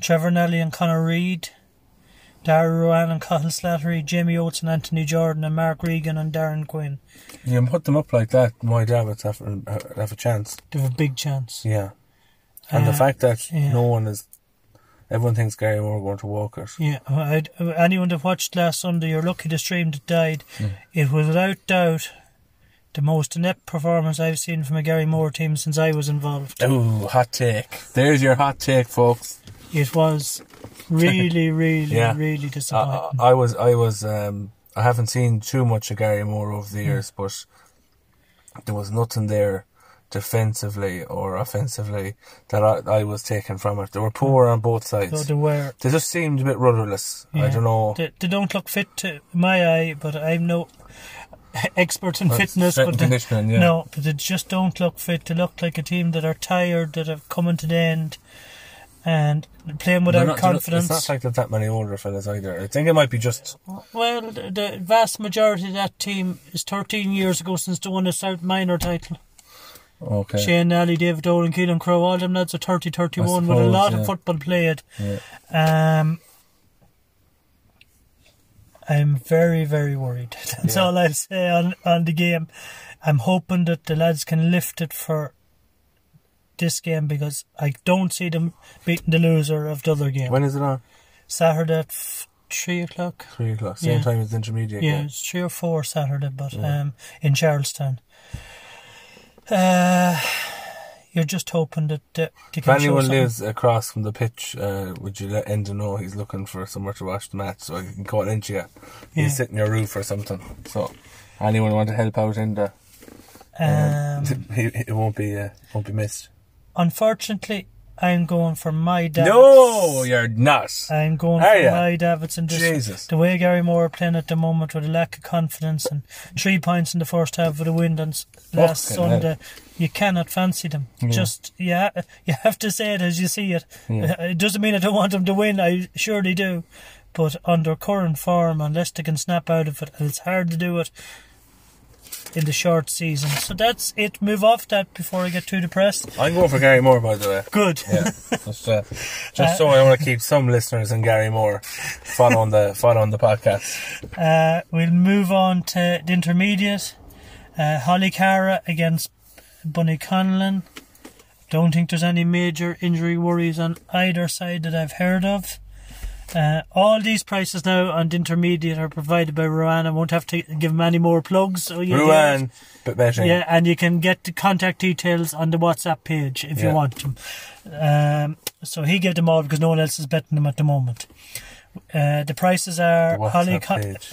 Speaker 2: Trevor Nelly and Connor Reid. Darrell Ruan and Cahill Slattery. Jamie Oates and Anthony Jordan. And Mark Regan and Darren Quinn.
Speaker 1: You can put them up like that. My Dabbits have, uh, have a chance.
Speaker 2: They have a big chance.
Speaker 1: Yeah. And the
Speaker 2: Uh,
Speaker 1: fact that
Speaker 2: yeah.
Speaker 1: no one is, everyone thinks Gary Moore going to walk it.
Speaker 2: Yeah, i anyone that watched last Sunday, you're lucky the stream that died.
Speaker 1: Mm.
Speaker 2: It was without doubt the most inept performance I've seen from a Gary Moore team since I was involved.
Speaker 1: Ooh, hot take. There's your hot take, folks.
Speaker 2: It was really, really,
Speaker 1: Yeah. Uh,
Speaker 2: really
Speaker 1: I, I,
Speaker 2: disappointing.
Speaker 1: I was, I was, um, I haven't seen too much of Gary Moore over
Speaker 2: Hmm.
Speaker 1: the years, but there was nothing there defensively or offensively that I, I was taken from it. They were poor on both
Speaker 2: Though
Speaker 1: sides.
Speaker 2: Hmm. they were.
Speaker 1: They just seemed a bit rudderless. I
Speaker 2: yeah.
Speaker 1: don't know.
Speaker 2: They, they don't look fit to my eye, but I'm no expert in fitness.
Speaker 1: strength and
Speaker 2: But they-
Speaker 1: conditioning, yeah.
Speaker 2: No, but they just don't look fit. They look like a team that are tired, that have come to the end, and playing
Speaker 1: They're
Speaker 2: without
Speaker 1: not- they're not-
Speaker 2: confidence.
Speaker 1: It's not like there's that many older fellas either. I think it might be just
Speaker 2: Well, the the vast majority of that team is 13 years ago since they won the South Minor title.
Speaker 1: okay.
Speaker 2: Shane Alley, David Dolan, Keelan Crow, all them lads are 30 31 with a
Speaker 1: suppose,
Speaker 2: lot
Speaker 1: yeah.
Speaker 2: of football played.
Speaker 1: Yeah.
Speaker 2: Um, I'm very, very worried. That's
Speaker 1: Yeah.
Speaker 2: all I'll say on, on the game. I'm hoping that the lads can lift it for this game because I don't see them beating the loser of the other game.
Speaker 1: When is it on?
Speaker 2: Saturday at f- 3 o'clock.
Speaker 1: Three o'clock. Same
Speaker 2: Yeah.
Speaker 1: time as the intermediate.
Speaker 2: Yeah,
Speaker 1: game.
Speaker 2: it's three or four Saturday, but um, in Charlestown. Uh, you're just hoping that uh, they
Speaker 1: If
Speaker 2: can show
Speaker 1: anyone
Speaker 2: something.
Speaker 1: lives across from the pitch, uh, would you let Enda know he's looking for somewhere to watch the match so he can call into you?
Speaker 2: Yeah.
Speaker 1: He's sitting your roof or something. So, anyone want to help out Enda?
Speaker 2: Um,
Speaker 1: he, it won't be uh, won't be missed.
Speaker 2: unfortunately, I'm going for my Davids.
Speaker 1: No, you're not.
Speaker 2: I'm going
Speaker 1: Are
Speaker 2: for
Speaker 1: ya?
Speaker 2: my Davids in this.
Speaker 1: Jesus.
Speaker 2: The way Gary Moore are playing at the moment with a lack of confidence and three points in the first half with a win on s- last
Speaker 1: Fucking hell.
Speaker 2: Sunday, you cannot fancy them. Just yeah, you have to say it as you see it. Uh, It doesn't mean I don't want them to win. I surely do, but under current form, unless they can snap out of it, and it's hard to do it in the short season. So that's it. Move off that before I get too depressed.
Speaker 1: I'm going for Gary Moore, by the way.
Speaker 2: Good.
Speaker 1: Yeah, just, uh, just so I want to keep some listeners and Gary Moore following the following the podcast.
Speaker 2: Uh, we'll move on to the intermediate. Uh, Holly Cara against Bunny Conlon. Don't think there's any major injury worries on either side that I've heard of. Uh, all these prices now on the intermediate are provided by Ruan. I won't have to give them any more plugs. So you
Speaker 1: Ruan, but betting.
Speaker 2: yeah, and you can get the contact details on the WhatsApp page if
Speaker 1: Yeah.
Speaker 2: you want them. Um, so he gave them all because no one else is betting them at the moment. Uh, the prices are
Speaker 1: What's
Speaker 2: Holly
Speaker 1: that
Speaker 2: Con-
Speaker 1: page?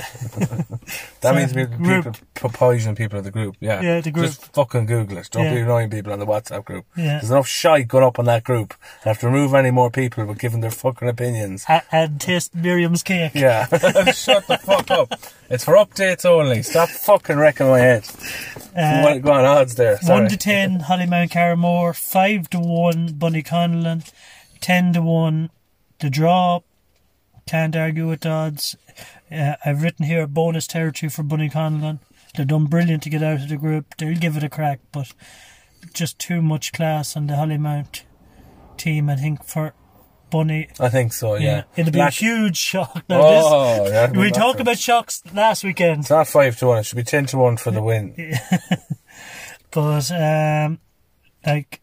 Speaker 1: that means we-
Speaker 2: group.
Speaker 1: people p- poison people in the group. Yeah,
Speaker 2: Yeah, the group.
Speaker 1: Just fucking Google it. Don't be
Speaker 2: Yeah.
Speaker 1: annoying people on the WhatsApp group.
Speaker 2: Yeah.
Speaker 1: There's enough shite going up on that group. I have to remove any more people but giving their fucking opinions.
Speaker 2: a- and taste Miriam's cake.
Speaker 1: Yeah, shut the fuck up. It's for updates only. Stop fucking wrecking my head. what go on odds there? Sorry.
Speaker 2: Uh, One to ten, Holly Mount Carramore. Five to one, Bunny Conlon. Ten to one, the draw. Can't argue with odds. Uh, I've written here bonus territory for Bunny Conlon. They've done brilliant to get out of the group. They'll give it a crack, but just too much class on the Holly Mount team. I think for Bunny,
Speaker 1: I think so. Yeah,
Speaker 2: it'll be
Speaker 1: Black-
Speaker 2: a huge shock. Now
Speaker 1: Oh, yeah,
Speaker 2: this, we
Speaker 1: that's
Speaker 2: talked
Speaker 1: a-
Speaker 2: about shocks last weekend.
Speaker 1: It's not five to one. It should be ten to one for the win.
Speaker 2: But um, like,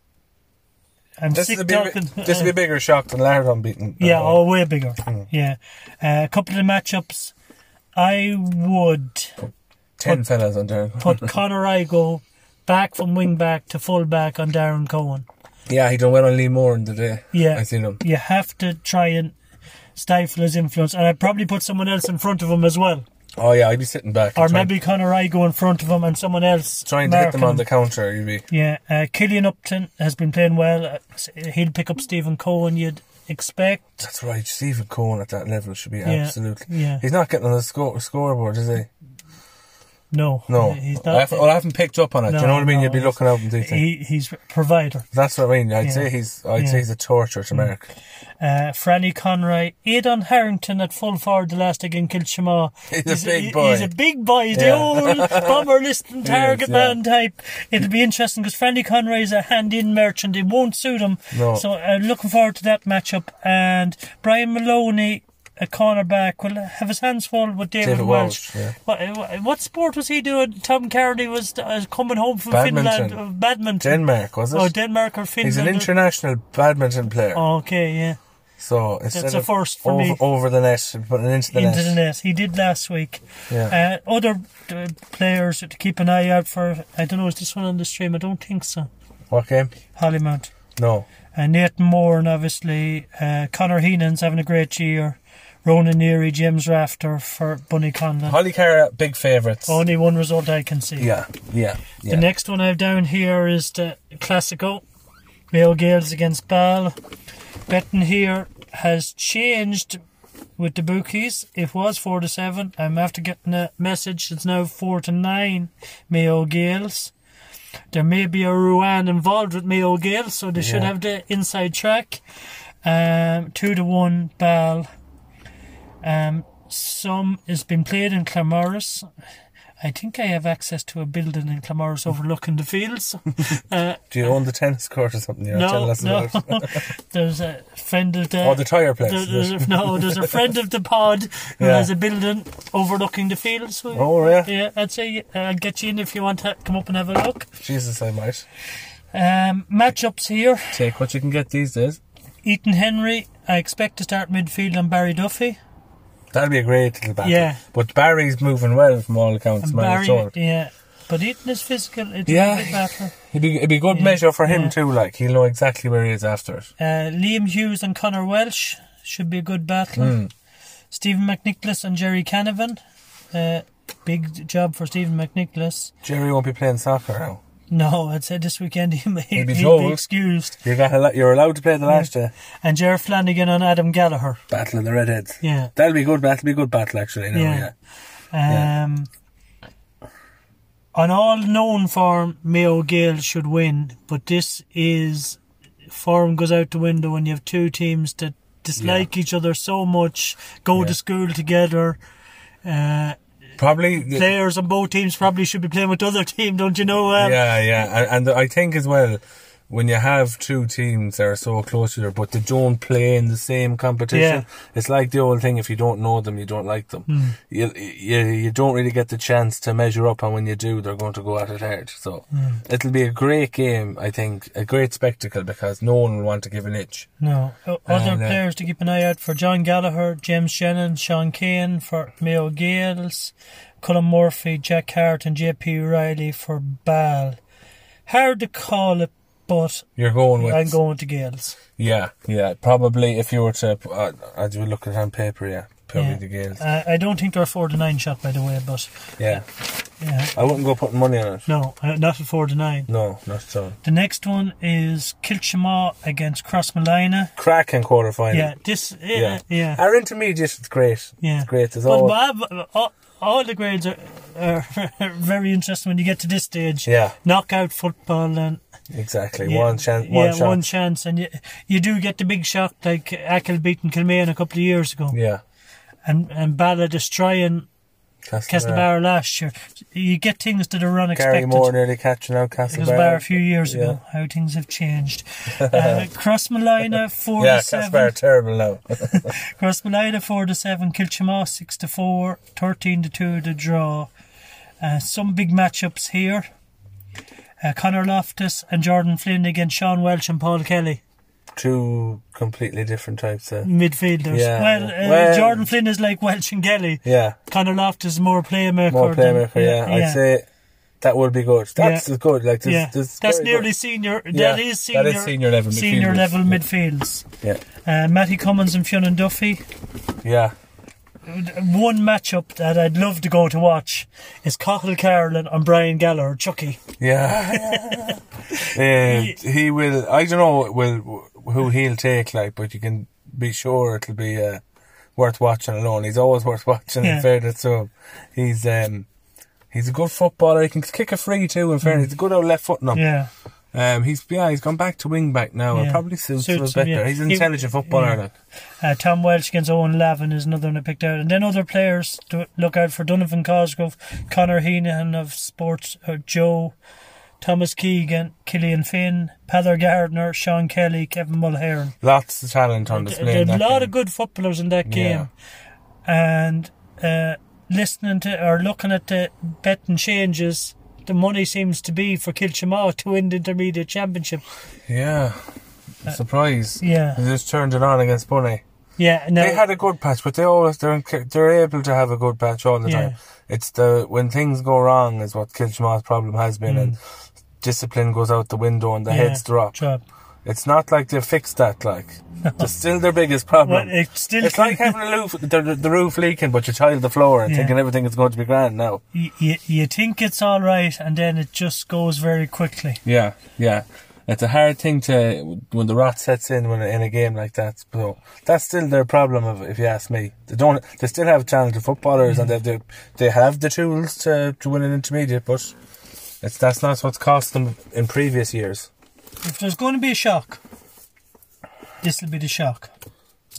Speaker 2: I'm
Speaker 1: This
Speaker 2: sick
Speaker 1: is a big,
Speaker 2: talking.
Speaker 1: this would be a bigger shock than Larton beating.
Speaker 2: yeah,
Speaker 1: uh,
Speaker 2: oh, way bigger. Yeah, uh, a couple of the matchups. I would
Speaker 1: ten fellas on Darren.
Speaker 2: put Connor Igo back from wing back to full back on Darren Cohen.
Speaker 1: yeah, he done well on Lee Moore in the day.
Speaker 2: Yeah,
Speaker 1: I seen him.
Speaker 2: You have to try and stifle his influence, and I'd probably put someone else in front of him as well,
Speaker 1: Oh yeah, I'd be sitting back. and
Speaker 2: or
Speaker 1: trying,
Speaker 2: maybe Connor Igo in front of him and someone else
Speaker 1: trying to hit them
Speaker 2: marking
Speaker 1: on
Speaker 2: him.
Speaker 1: the counter. You'd be
Speaker 2: Yeah, uh, Killian Upton has been playing well. Uh, s- He'll pick up Stephen Cohen. You'd expect.
Speaker 1: that's right. Stephen Cohen at that level should be absolutely.
Speaker 2: yeah.
Speaker 1: He's not getting on the score, scoreboard, is he?
Speaker 2: No,
Speaker 1: No.
Speaker 2: he's
Speaker 1: I,
Speaker 2: not.
Speaker 1: haven't, well, I haven't picked up on it. Do you
Speaker 2: No,
Speaker 1: know what I mean?
Speaker 2: no,
Speaker 1: You'd be
Speaker 2: it's-
Speaker 1: looking out and do things.
Speaker 2: he, he's a provider.
Speaker 1: that's what I mean. I'd
Speaker 2: Yeah.
Speaker 1: say he's. I'd
Speaker 2: Yeah. Mm.
Speaker 1: say he's a torture to Mark.
Speaker 2: Uh, Franny Conroy, Aidan Harrington at full forward the last again Kilchema.
Speaker 1: He's a big boy.
Speaker 2: He's a big boy. He's
Speaker 1: Yeah.
Speaker 2: the old bomber listing target
Speaker 1: yeah.
Speaker 2: man type. It'll be interesting because Franny Conroy is a hand-in merchant. It won't suit him.
Speaker 1: No.
Speaker 2: So uh, looking forward to that matchup. And Brian Maloney, a cornerback, will have his hands full with David,
Speaker 1: David Welsh,
Speaker 2: Welsh.
Speaker 1: yeah.
Speaker 2: What, uh, what sport was he doing? Tom Cardy was uh, coming home from
Speaker 1: Badminton.
Speaker 2: Finland. Uh, badminton.
Speaker 1: Denmark was it?
Speaker 2: Oh, Denmark or Finland.
Speaker 1: he's an international badminton player.
Speaker 2: Okay, yeah.
Speaker 1: So instead
Speaker 2: a
Speaker 1: of
Speaker 2: first for
Speaker 1: over,
Speaker 2: me.
Speaker 1: over the net, and put it into the
Speaker 2: into
Speaker 1: net.
Speaker 2: the net. He did last week.
Speaker 1: Yeah.
Speaker 2: Uh, other uh, players to keep an eye out for. I don't know. Is this one on the stream? I don't think so.
Speaker 1: What game?
Speaker 2: Hollymount.
Speaker 1: No.
Speaker 2: Uh, Nathan Moore, and obviously uh, Connor Heenan's having a great year. Ronan Neary, James Rafter for Bunny Conlon.
Speaker 1: Holly Cara, big favourites.
Speaker 2: Only one result I can see.
Speaker 1: yeah, yeah, yeah.
Speaker 2: Oh, The next one I have down here is the Classico. Mayo Gales against Ball. Betting here has changed with the bookies. It was 4 to 7. I'm after getting a message. It's now 4 to 9 Mayo Gales. There may be a Rouen involved with Mayo Gales, so they should
Speaker 1: Yeah.
Speaker 2: have the inside track. Um, 2 to 1 Ball. Um, some has been played in Clamoris. I think I have access to a building in Clamoris overlooking the fields. Uh,
Speaker 1: Do you own the tennis court or something? You're not telling
Speaker 2: no,
Speaker 1: us
Speaker 2: no.
Speaker 1: about.
Speaker 2: there's a friend of the.
Speaker 1: Oh, the tire place,
Speaker 2: there-
Speaker 1: is
Speaker 2: there's a- no, there's a friend of the pod who
Speaker 1: Yeah.
Speaker 2: has a building overlooking the fields. So,
Speaker 1: Oh, yeah.
Speaker 2: Yeah, I'd say uh, I'll get you in if you want to come up and have a look.
Speaker 1: Jesus, I might
Speaker 2: Um, matchups here.
Speaker 1: take what you can get these days.
Speaker 2: Eaton Henry, I expect to start midfield on Barry Duffy.
Speaker 1: That'd be a great little battle.
Speaker 2: Yeah.
Speaker 1: But Barry's moving well from all accounts. man,
Speaker 2: Barry,
Speaker 1: it's all-
Speaker 2: yeah. But Eaton is physical, it's
Speaker 1: Yeah.
Speaker 2: a good battle.
Speaker 1: It'd be, it'd be good
Speaker 2: Yeah,
Speaker 1: measure for him
Speaker 2: yeah.
Speaker 1: too. Like he'll know exactly where he is after it.
Speaker 2: Uh, Liam Hughes and Connor Welsh should be a good battle. Stephen McNicholas and Jerry Canavan. Uh, big job for Stephen McNicholas.
Speaker 1: Jerry won't be playing soccer now.
Speaker 2: No, I'd say this weekend he may
Speaker 1: He'd
Speaker 2: he'd
Speaker 1: be
Speaker 2: be,
Speaker 1: told.
Speaker 2: excused.
Speaker 1: You got al- you're allowed to play the last day.
Speaker 2: And Jared Flanagan on Adam Gallagher.
Speaker 1: Battle of the Redheads.
Speaker 2: Yeah.
Speaker 1: That'll be good. That'll be good battle actually. No, yeah.
Speaker 2: Yeah. Um, On all known form, Mayo Gale should win, but this is form goes out the window when you have two teams that dislike each other so much, go
Speaker 1: Yeah.
Speaker 2: to school together. Uh,
Speaker 1: Probably. the-
Speaker 2: players on both teams probably should be playing with the other team, don't you know? Um,
Speaker 1: yeah, yeah, and, and I think as well, when you have two teams that are so close to each other, but they don't play in the same competition,
Speaker 2: Yeah. Hmm.
Speaker 1: it's like the old thing: if you don't know them, you don't like them. You, you you don't really get the chance to measure up, and when you do, they're going to go at it hard. So
Speaker 2: Hmm.
Speaker 1: it'll be a great game, I think, a great spectacle because no one will want to give an itch.
Speaker 2: No. O- Other
Speaker 1: And, uh,
Speaker 2: players to keep an eye out for John Gallagher, James Shannon, Sean Kane for Mayo Gales, Cullen Murphy, Jack Hart, and JP Riley for Ball. Hard to call it, but
Speaker 1: You're going with
Speaker 2: I'm going to Gales.
Speaker 1: yeah, yeah. Probably if you were to, uh, as you look at it on paper, yeah, probably
Speaker 2: Yeah.
Speaker 1: the Gales.
Speaker 2: Uh, I don't think they're a 4 to 9 shot, by the way, but
Speaker 1: yeah,
Speaker 2: yeah.
Speaker 1: I wouldn't go putting money on it.
Speaker 2: No, uh, not a 4 to 9.
Speaker 1: No, not so.
Speaker 2: The next one is Kilchema against Cross Malina.
Speaker 1: Cracking quarter final.
Speaker 2: Yeah, this. Uh,
Speaker 1: Yeah.
Speaker 2: yeah. Yeah.
Speaker 1: Our intermediate is great.
Speaker 2: Yeah.
Speaker 1: It's great. There's
Speaker 2: But
Speaker 1: always,
Speaker 2: Bob, all, all the grades are, are very interesting when you get to this stage.
Speaker 1: Yeah.
Speaker 2: Knockout football and
Speaker 1: exactly.
Speaker 2: yeah,
Speaker 1: one chance. One
Speaker 2: yeah,
Speaker 1: shot.
Speaker 2: one chance, and you you do get the big shock like Ackle beating Kilmaine a couple of years ago,
Speaker 1: yeah.
Speaker 2: and and Bala destroying Castlebar last year. You get things that are
Speaker 1: Gary
Speaker 2: unexpected.
Speaker 1: Moore nearly catching out
Speaker 2: It was about
Speaker 1: Castlebar.
Speaker 2: a few years ago. How things have changed. Uh, Cross Malina
Speaker 1: Yeah,
Speaker 2: forty-seven.
Speaker 1: Castlebar are terrible now.
Speaker 2: Cross Malina 4 to 7, Kilchema 6 to 4, 13 to 2 the draw. Uh, some big matchups here. Uh, Connor Loftus and Jordan Flynn against Sean Welsh and Paul Kelly,
Speaker 1: Two completely different types
Speaker 2: Mm.
Speaker 1: of.
Speaker 2: midfielders.
Speaker 1: Yeah,
Speaker 2: well, uh,
Speaker 1: yeah. Well-
Speaker 2: Jordan Flynn is like Welsh and Kelly.
Speaker 1: Yeah.
Speaker 2: Connor Loftus is more playmaker.
Speaker 1: More
Speaker 2: than-
Speaker 1: playmaker. Yeah. I'd say that would be good. That's
Speaker 2: Yeah.
Speaker 1: good. Like this.
Speaker 2: yeah.
Speaker 1: this is
Speaker 2: that's
Speaker 1: very
Speaker 2: nearly
Speaker 1: good.
Speaker 2: senior.
Speaker 1: Yeah,
Speaker 2: That is senior.
Speaker 1: that is senior level
Speaker 2: Senior
Speaker 1: midfielders.
Speaker 2: level
Speaker 1: Yeah.
Speaker 2: midfields.
Speaker 1: Yeah.
Speaker 2: Uh, Matty Cummins and Fionn and Duffy.
Speaker 1: Yeah.
Speaker 2: one matchup that I'd love to go to watch is Cahill Carlin and Brian Gallagher, Chucky.
Speaker 1: Yeah. Eh, he will. I don't know. Will who he'll take like, but you can be sure it'll be uh, worth watching alone. He's always worth watching. In
Speaker 2: Yeah.
Speaker 1: fairness to him, he's um, he's a good footballer. He can kick a free too. In fairness, he's a good old left foot. Now,
Speaker 2: Yeah.
Speaker 1: um, he's yeah, he's gone back to wing back now. It
Speaker 2: Yeah.
Speaker 1: probably suits, him a
Speaker 2: Suits
Speaker 1: bit
Speaker 2: him, yeah.
Speaker 1: better. He's an
Speaker 2: He-
Speaker 1: intelligent footballer.
Speaker 2: yeah.
Speaker 1: Like.
Speaker 2: Uh, Tom Welsh against Owen Lavin is another one I picked out. And then other players to look out for Donovan Cosgrove, Connor Heenan of Sports, uh, Joe, Thomas Keegan, Killian Finn, Pather Gardner, Sean Kelly, Kevin Mulhern.
Speaker 1: Lots of talent on
Speaker 2: There-
Speaker 1: display.
Speaker 2: There
Speaker 1: in
Speaker 2: are a
Speaker 1: that
Speaker 2: lot
Speaker 1: game.
Speaker 2: of good footballers in that
Speaker 1: Yeah.
Speaker 2: game. And uh, listening to or looking at the betting changes, the money seems to be for Kilchamaw to win the intermediate championship.
Speaker 1: Yeah. Surprise.
Speaker 2: Uh, yeah.
Speaker 1: They just turned it on against Bunny.
Speaker 2: Yeah, no,
Speaker 1: They had a good patch, but they always they're inc- they're able to have a good patch all the
Speaker 2: Yeah.
Speaker 1: time. It's the when things go wrong is what Kilchmore's problem has been, and discipline goes out the window and the
Speaker 2: Mm. yeah,
Speaker 1: heads drop.
Speaker 2: drop.
Speaker 1: It's not like they fixed that. Like it's still their biggest problem.
Speaker 2: Well, it's still
Speaker 1: It's like having a roof, the, the- the roof leaking, but you tile the floor and
Speaker 2: Yeah.
Speaker 1: thinking everything is going to be grand now.
Speaker 2: you, you, you think it's all right, and then it just goes very quickly.
Speaker 1: Yeah, yeah. It's a hard thing to when the rot sets in when in a game like that. So that's still their problem, if, if you ask me. They don't. They still have talented footballers, and they have the, they have the tools to, to win an intermediate. But it's that's not what's cost them in previous years.
Speaker 2: If there's going to be a shock, this will be the shock.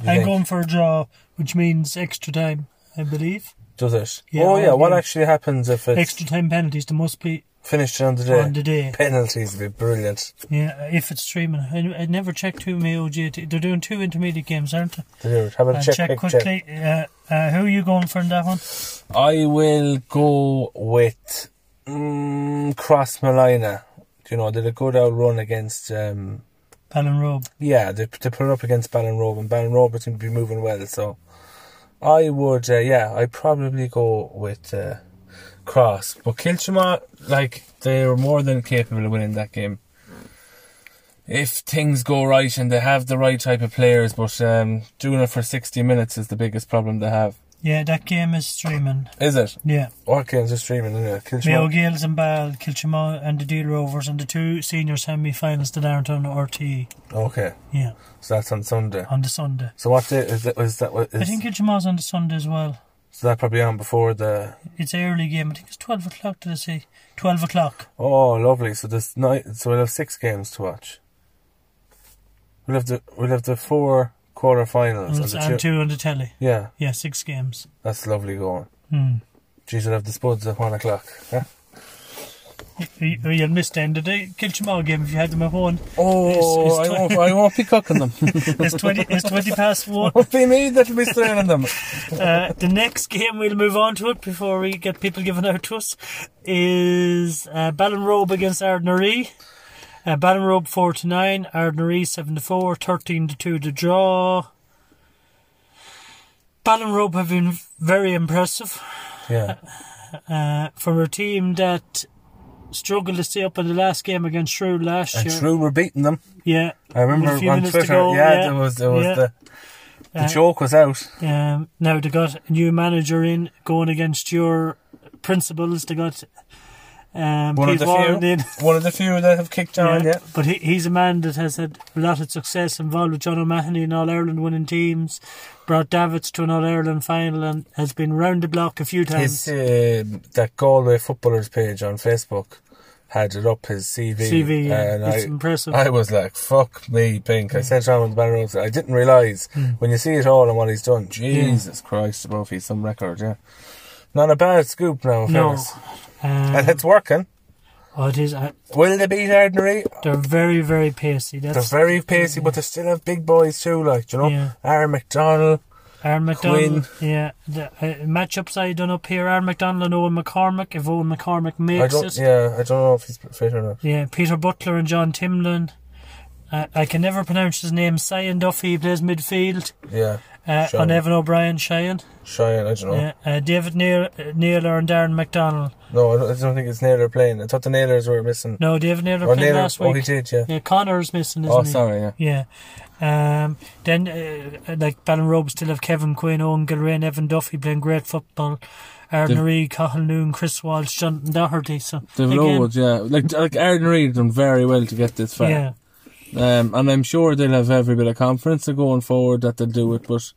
Speaker 1: You
Speaker 2: I'm
Speaker 1: think?
Speaker 2: going for a draw, which means extra time, I believe.
Speaker 1: Does it?
Speaker 2: Yeah,
Speaker 1: oh yeah.
Speaker 2: yeah.
Speaker 1: What actually happens if it's
Speaker 2: Extra time penalties, there must be
Speaker 1: finished on the day?
Speaker 2: on the day.
Speaker 1: Penalties would be brilliant.
Speaker 2: Yeah, if it's streaming. I, I never checked who my OG. They're doing two intermediate games, aren't they?
Speaker 1: To do it. Have a
Speaker 2: I'll
Speaker 1: check,
Speaker 2: check
Speaker 1: quick check.
Speaker 2: quickly. Uh, uh, who are you going for in that one?
Speaker 1: I will go with mm, Cross Malina. You know, they did a good old run against. Um,
Speaker 2: Alan Robe.
Speaker 1: yeah, they, they put it up against Ballinrobe, and Ballinrobe seemed to be moving well. So I would, uh, yeah, I probably go with uh, Cross. But Kilchema, like, they were more than capable of winning that game. If things go right and they have the right type of players, but um, doing it for 60 minutes is the biggest problem they have.
Speaker 2: Yeah, that game is streaming.
Speaker 1: Is it?
Speaker 2: Yeah.
Speaker 1: What games are streaming? Anyway?
Speaker 2: Mayo
Speaker 1: Kilchmo-
Speaker 2: Gales and Ball, Kilchima and the Deal Rovers and the two senior semi finals that aren't on RT.
Speaker 1: okay,
Speaker 2: Yeah.
Speaker 1: so that's on Sunday.
Speaker 2: On the Sunday.
Speaker 1: So what day is that? Is that what is?
Speaker 2: I think Kilchima's on the Sunday as well.
Speaker 1: so that probably on before the.
Speaker 2: It's an early game. I think it's 12 o'clock, did I say? 12 o'clock.
Speaker 1: Oh, lovely! So this night, so we'll have six games to watch. We'll have the we'll have the four quarterfinals.
Speaker 2: And,
Speaker 1: and
Speaker 2: it's
Speaker 1: the
Speaker 2: on
Speaker 1: two-
Speaker 2: two on the telly.
Speaker 1: yeah,
Speaker 2: Yeah, six games.
Speaker 1: that's lovely going.
Speaker 2: Hmm.
Speaker 1: Jeez, we'll have the spuds at one o'clock. Huh?
Speaker 2: You- You'll miss the end of the Kilchima game if you had them at one.
Speaker 1: Oh,
Speaker 2: It's- it's
Speaker 1: I won't. I won't be cooking them.
Speaker 2: It's 20, it's 20 past one.
Speaker 1: won't be me that'll be straining them.
Speaker 2: Uh, the next game we'll move on to it before we get people giving out to us is uh, Ballinrobe against Ardnaree. Uh, Ballinrobe 4 to 9, Ardnaree 7 to 4, 13 to 2 to draw. Ballinrobe have been very impressive
Speaker 1: Yeah,
Speaker 2: uh, from a team that struggled to stay up in the last game against Shrew last
Speaker 1: and
Speaker 2: year.
Speaker 1: Shrew were beating them.
Speaker 2: Yeah.
Speaker 1: I remember
Speaker 2: With a few
Speaker 1: on
Speaker 2: minutes to
Speaker 1: Twitter.
Speaker 2: go,
Speaker 1: yeah,
Speaker 2: yeah,
Speaker 1: there was there was
Speaker 2: yeah.
Speaker 1: the the
Speaker 2: Uh,
Speaker 1: joke was out.
Speaker 2: Um, now they got a new manager in going against your principals. They got um,
Speaker 1: One of
Speaker 2: Pete
Speaker 1: the
Speaker 2: Warren
Speaker 1: few.
Speaker 2: in.
Speaker 1: One of the few that have kicked on. Yeah.
Speaker 2: But he, he's a man that has had a lot of success involved with John O'Mahony in All Ireland winning teams, brought Davits to an All Ireland final, and has been round the block a few times.
Speaker 1: His uh, that Galway footballers page on Facebook had it up his CV.
Speaker 2: CV, yeah.
Speaker 1: and
Speaker 2: it's
Speaker 1: I,
Speaker 2: impressive.
Speaker 1: I was like, "Fuck me, pink." I sent it on with the roads. I didn't realise
Speaker 2: Hmm.
Speaker 1: when you see it all and what he's done. Jesus Christ, above he's some record. Yeah, not a bad scoop now,
Speaker 2: no,
Speaker 1: fellas. and
Speaker 2: um,
Speaker 1: it's working.
Speaker 2: oh, it is. I,
Speaker 1: Will they beat Ardnery?
Speaker 2: they're very, very pacey.
Speaker 1: They're
Speaker 2: That's
Speaker 1: very pacey, but they still have big boys too. Like you know,
Speaker 2: Yeah.
Speaker 1: Aaron McDonald.
Speaker 2: Aaron McDonald. Yeah, the uh, matchups I done up here: Aaron McDonald and Owen McCormick. If Owen McCormick
Speaker 1: I
Speaker 2: makes
Speaker 1: don't.
Speaker 2: it,
Speaker 1: Yeah, I don't know if he's fit or not.
Speaker 2: Yeah, Peter Butler and John Timlin. Uh, I can never pronounce his name. Cyan Duffy he plays midfield.
Speaker 1: Yeah,
Speaker 2: Uh,
Speaker 1: Shyan.
Speaker 2: on Evan O'Brien, Cheyenne.
Speaker 1: Cheyenne. I don't know.
Speaker 2: Yeah, uh, David Nail- Naylor and Darren McDonald.
Speaker 1: No, I don't, I don't think it's Naylor playing. I thought the Nailers were missing.
Speaker 2: No, David Naylor
Speaker 1: or
Speaker 2: played
Speaker 1: Naylor.
Speaker 2: last
Speaker 1: oh, he
Speaker 2: week.
Speaker 1: did. Yeah.
Speaker 2: yeah, Connor's missing, isn't
Speaker 1: oh,
Speaker 2: he?
Speaker 1: sorry. Yeah.
Speaker 2: Yeah. Um, then, uh, like Ballinrobe still have Kevin Quinn, Owen Gilrain, Evan Duffy playing great football. Ardnery, Cahill Noon, Chris Walsh, Jonathan Doherty. So,
Speaker 3: They've
Speaker 2: again,
Speaker 3: loads, yeah. Like like Aaron Reid done very well to get this far.
Speaker 2: yeah.
Speaker 3: Um, and I'm sure they'll have every bit of confidence they're going forward that they'll do it, but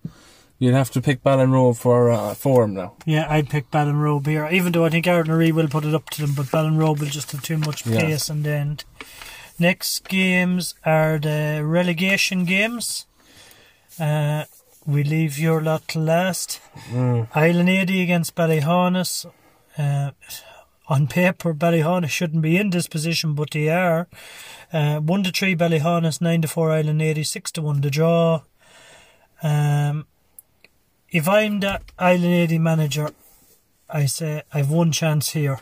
Speaker 3: you'll have to pick Ballinrobe for uh, form now.
Speaker 2: Yeah, I'd pick Ballinrobe here, even though I think Ardnery will put it up to them, but Ballinrobe will just have too much
Speaker 3: Yeah.
Speaker 2: pace in the end. Next games are the relegation games. Uh, we leave your lot to last. Island 80 against Ballyhonus. Uh, on paper, Ballyhonus shouldn't be in this position, but they are. Uh, 1 to 3 Ballyhonus, 9 to 4 Island 80, 6 to 1 to draw. Um, if I'm the Island 80 manager, I say I've one chance here.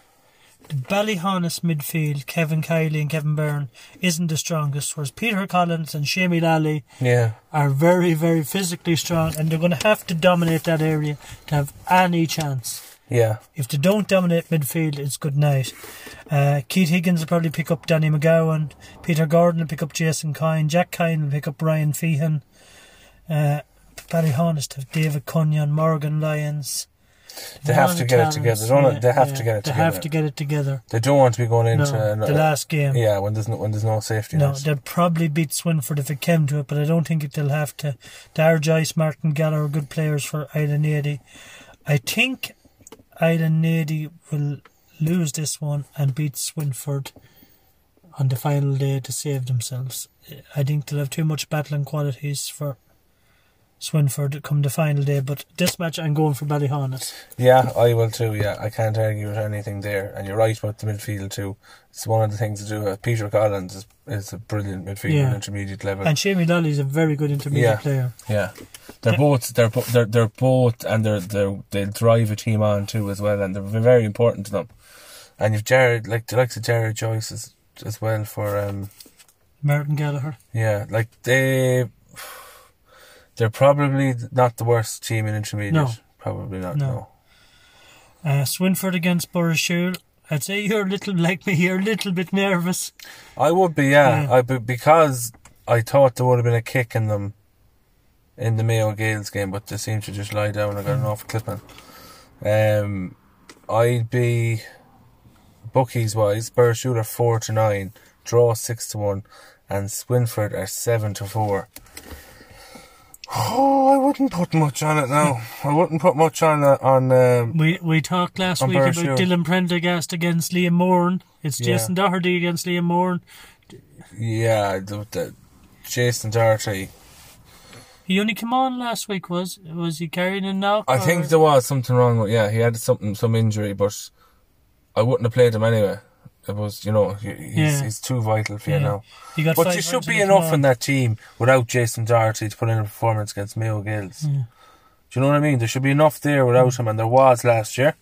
Speaker 2: The Ballyhonus midfield, Kevin Kiley and Kevin Byrne, isn't the strongest, whereas Peter Collins and Shamie Lally
Speaker 1: Yeah.
Speaker 2: are very, very physically strong, and they're going to have to dominate that area to have any chance.
Speaker 1: Yeah.
Speaker 2: If they don't dominate midfield, it's good night. Uh, Keith Higgins will probably pick up Danny McGowan. Peter Gordon will pick up Jason Kine. Jack Kine will pick up Brian Feehan. Uh, Barry Honest have David Cunyon, Morgan Lyons.
Speaker 1: They have to get it
Speaker 2: Talents,
Speaker 1: together, don't they? They have to get it
Speaker 2: They
Speaker 1: together.
Speaker 2: have to get it together.
Speaker 1: They don't want to be going
Speaker 2: No,
Speaker 1: into uh,
Speaker 2: the last game.
Speaker 1: Yeah, when there's no when there's no safety.
Speaker 2: No,
Speaker 1: net.
Speaker 2: they'd probably beat Swinford if it came to it, but I don't think it- they'll have to. Dar Joyce, Martin Gallagher are good players for Island 80. I think Island 80 will lose this one and beat Swinford on the final day to save themselves. I think they'll have too much battling qualities for Swinford come the final day, but this match I'm going for Ballyhonus.
Speaker 1: Yeah, I will too. Yeah, I can't argue with anything there. And you're right about the midfield too. It's one of the things to do. with- Peter Collins is is a brilliant midfielder,
Speaker 2: Yeah.
Speaker 1: intermediate level.
Speaker 2: And Shamie Lally is a very good intermediate
Speaker 1: Yeah.
Speaker 2: player.
Speaker 3: Yeah. They're both they're bo- they're they're both and they're they they drive a team on too as well and they're very important to them.
Speaker 1: and you've Jared like the likes of Jared Joyce as as well for um
Speaker 2: Martin Gallagher.
Speaker 1: yeah like they they're probably not the worst team in intermediate.
Speaker 2: No.
Speaker 1: Probably not.
Speaker 2: No.
Speaker 1: no.
Speaker 2: Uh, Swinford against Borishul. I'd say you're a little like me. You're a little bit nervous.
Speaker 1: I would be, yeah.
Speaker 2: Yeah.
Speaker 1: I be, because I thought there would have been a kick in them in the Mayo Gales game, but they seem to just lie down and got an off clipping. Um, I'd be bookies wise, Burshul are four to nine, draw six to one, and Swinford are seven to four. Oh, I wouldn't put much on it now. I wouldn't put much on uh, on um,
Speaker 2: We we talked last
Speaker 1: On
Speaker 2: week about
Speaker 1: Burshul.
Speaker 2: Dylan Prendergast against Liam Moran. It's
Speaker 1: Yeah.
Speaker 2: Jason Doherty against Liam Moran.
Speaker 1: yeah, the, the Jason Doherty.
Speaker 2: He only came on last week, was was he carrying a knock?
Speaker 1: I
Speaker 2: or-
Speaker 1: think there was something wrong with yeah, he had something some injury, but I wouldn't have played him anyway. It was you know he- he's
Speaker 2: Yeah.
Speaker 1: he's too vital for you
Speaker 2: Yeah.
Speaker 1: now.
Speaker 2: He got
Speaker 1: But
Speaker 2: five
Speaker 1: you should
Speaker 2: runs
Speaker 1: be
Speaker 2: when he came
Speaker 1: enough
Speaker 2: on.
Speaker 1: in that team without Jason Doherty to put in a performance against Mayo Gills. Do you know what I mean? There should be enough there
Speaker 2: Mm.
Speaker 1: without him, and there was last year,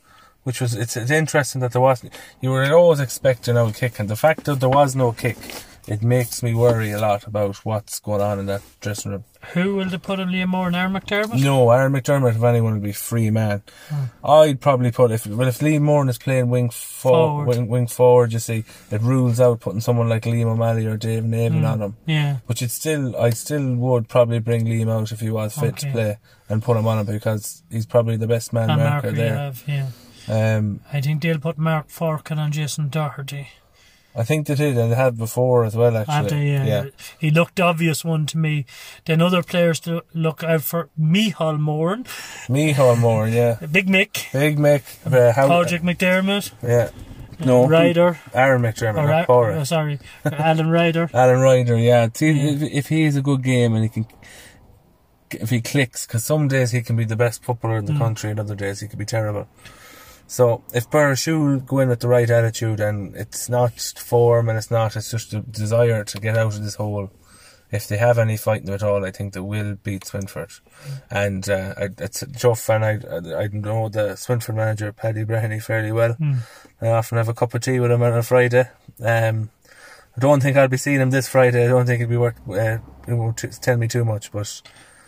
Speaker 1: which was it's, it's interesting that there wasn't. You were always expecting a kick, and the fact that there was no kick, it makes me worry a lot about what's going on in that dressing room.
Speaker 2: Who will they put in Liam Moran? Aaron McDermott?
Speaker 1: No, Aaron McDermott, if anyone, would be free man.
Speaker 2: Hmm.
Speaker 1: I'd probably put if well if Liam Moran is playing wing for,
Speaker 2: Forward.
Speaker 1: Wing, wing forward, you see, it rules out putting someone like Liam O'Malley or Dave
Speaker 2: Hmm.
Speaker 1: Naven on him.
Speaker 2: Yeah.
Speaker 1: But you'd still, I still would probably bring Liam out if he was fit to
Speaker 2: Okay.
Speaker 1: play and put him on him because he's probably the best man
Speaker 2: And Mark
Speaker 1: marker
Speaker 2: we
Speaker 1: there.
Speaker 2: have, yeah.
Speaker 1: Um,
Speaker 2: I think they'll put Mark Forkin on Jason Doherty.
Speaker 1: I think they did and they had before as well. Actually,
Speaker 2: After, yeah, uh, He looked obvious one to me. Then other players to look out for Mihal Moran,
Speaker 1: Mihal Moore, yeah,
Speaker 2: Big Mick,
Speaker 1: Big Mick, uh, how, Oh,
Speaker 2: Patrick McDermott,
Speaker 1: yeah, no,
Speaker 2: Ryder,
Speaker 1: Aaron McDermott,
Speaker 2: or
Speaker 1: not
Speaker 2: Ar-
Speaker 1: Cora.
Speaker 2: oh, sorry, Alan Ryder.
Speaker 1: Alan Ryder, yeah. See, If, if he is a good game and he can, if he clicks, because some days he can be the best footballer in the country and other days he can be terrible. So if Barashul go in with the right attitude and it's not form and it's not, it's just a desire to get out of this hole. If they have any fight in them at all, I think they will beat Swinford. And uh, I, it's tough, and I, I know the Swinford manager, Paddy Breheny, fairly well. I often have a cup of tea with him on a Friday. Um, I don't think I'll be seeing him this Friday. I don't think it'll be worth. Uh, it won't t- tell me too much, but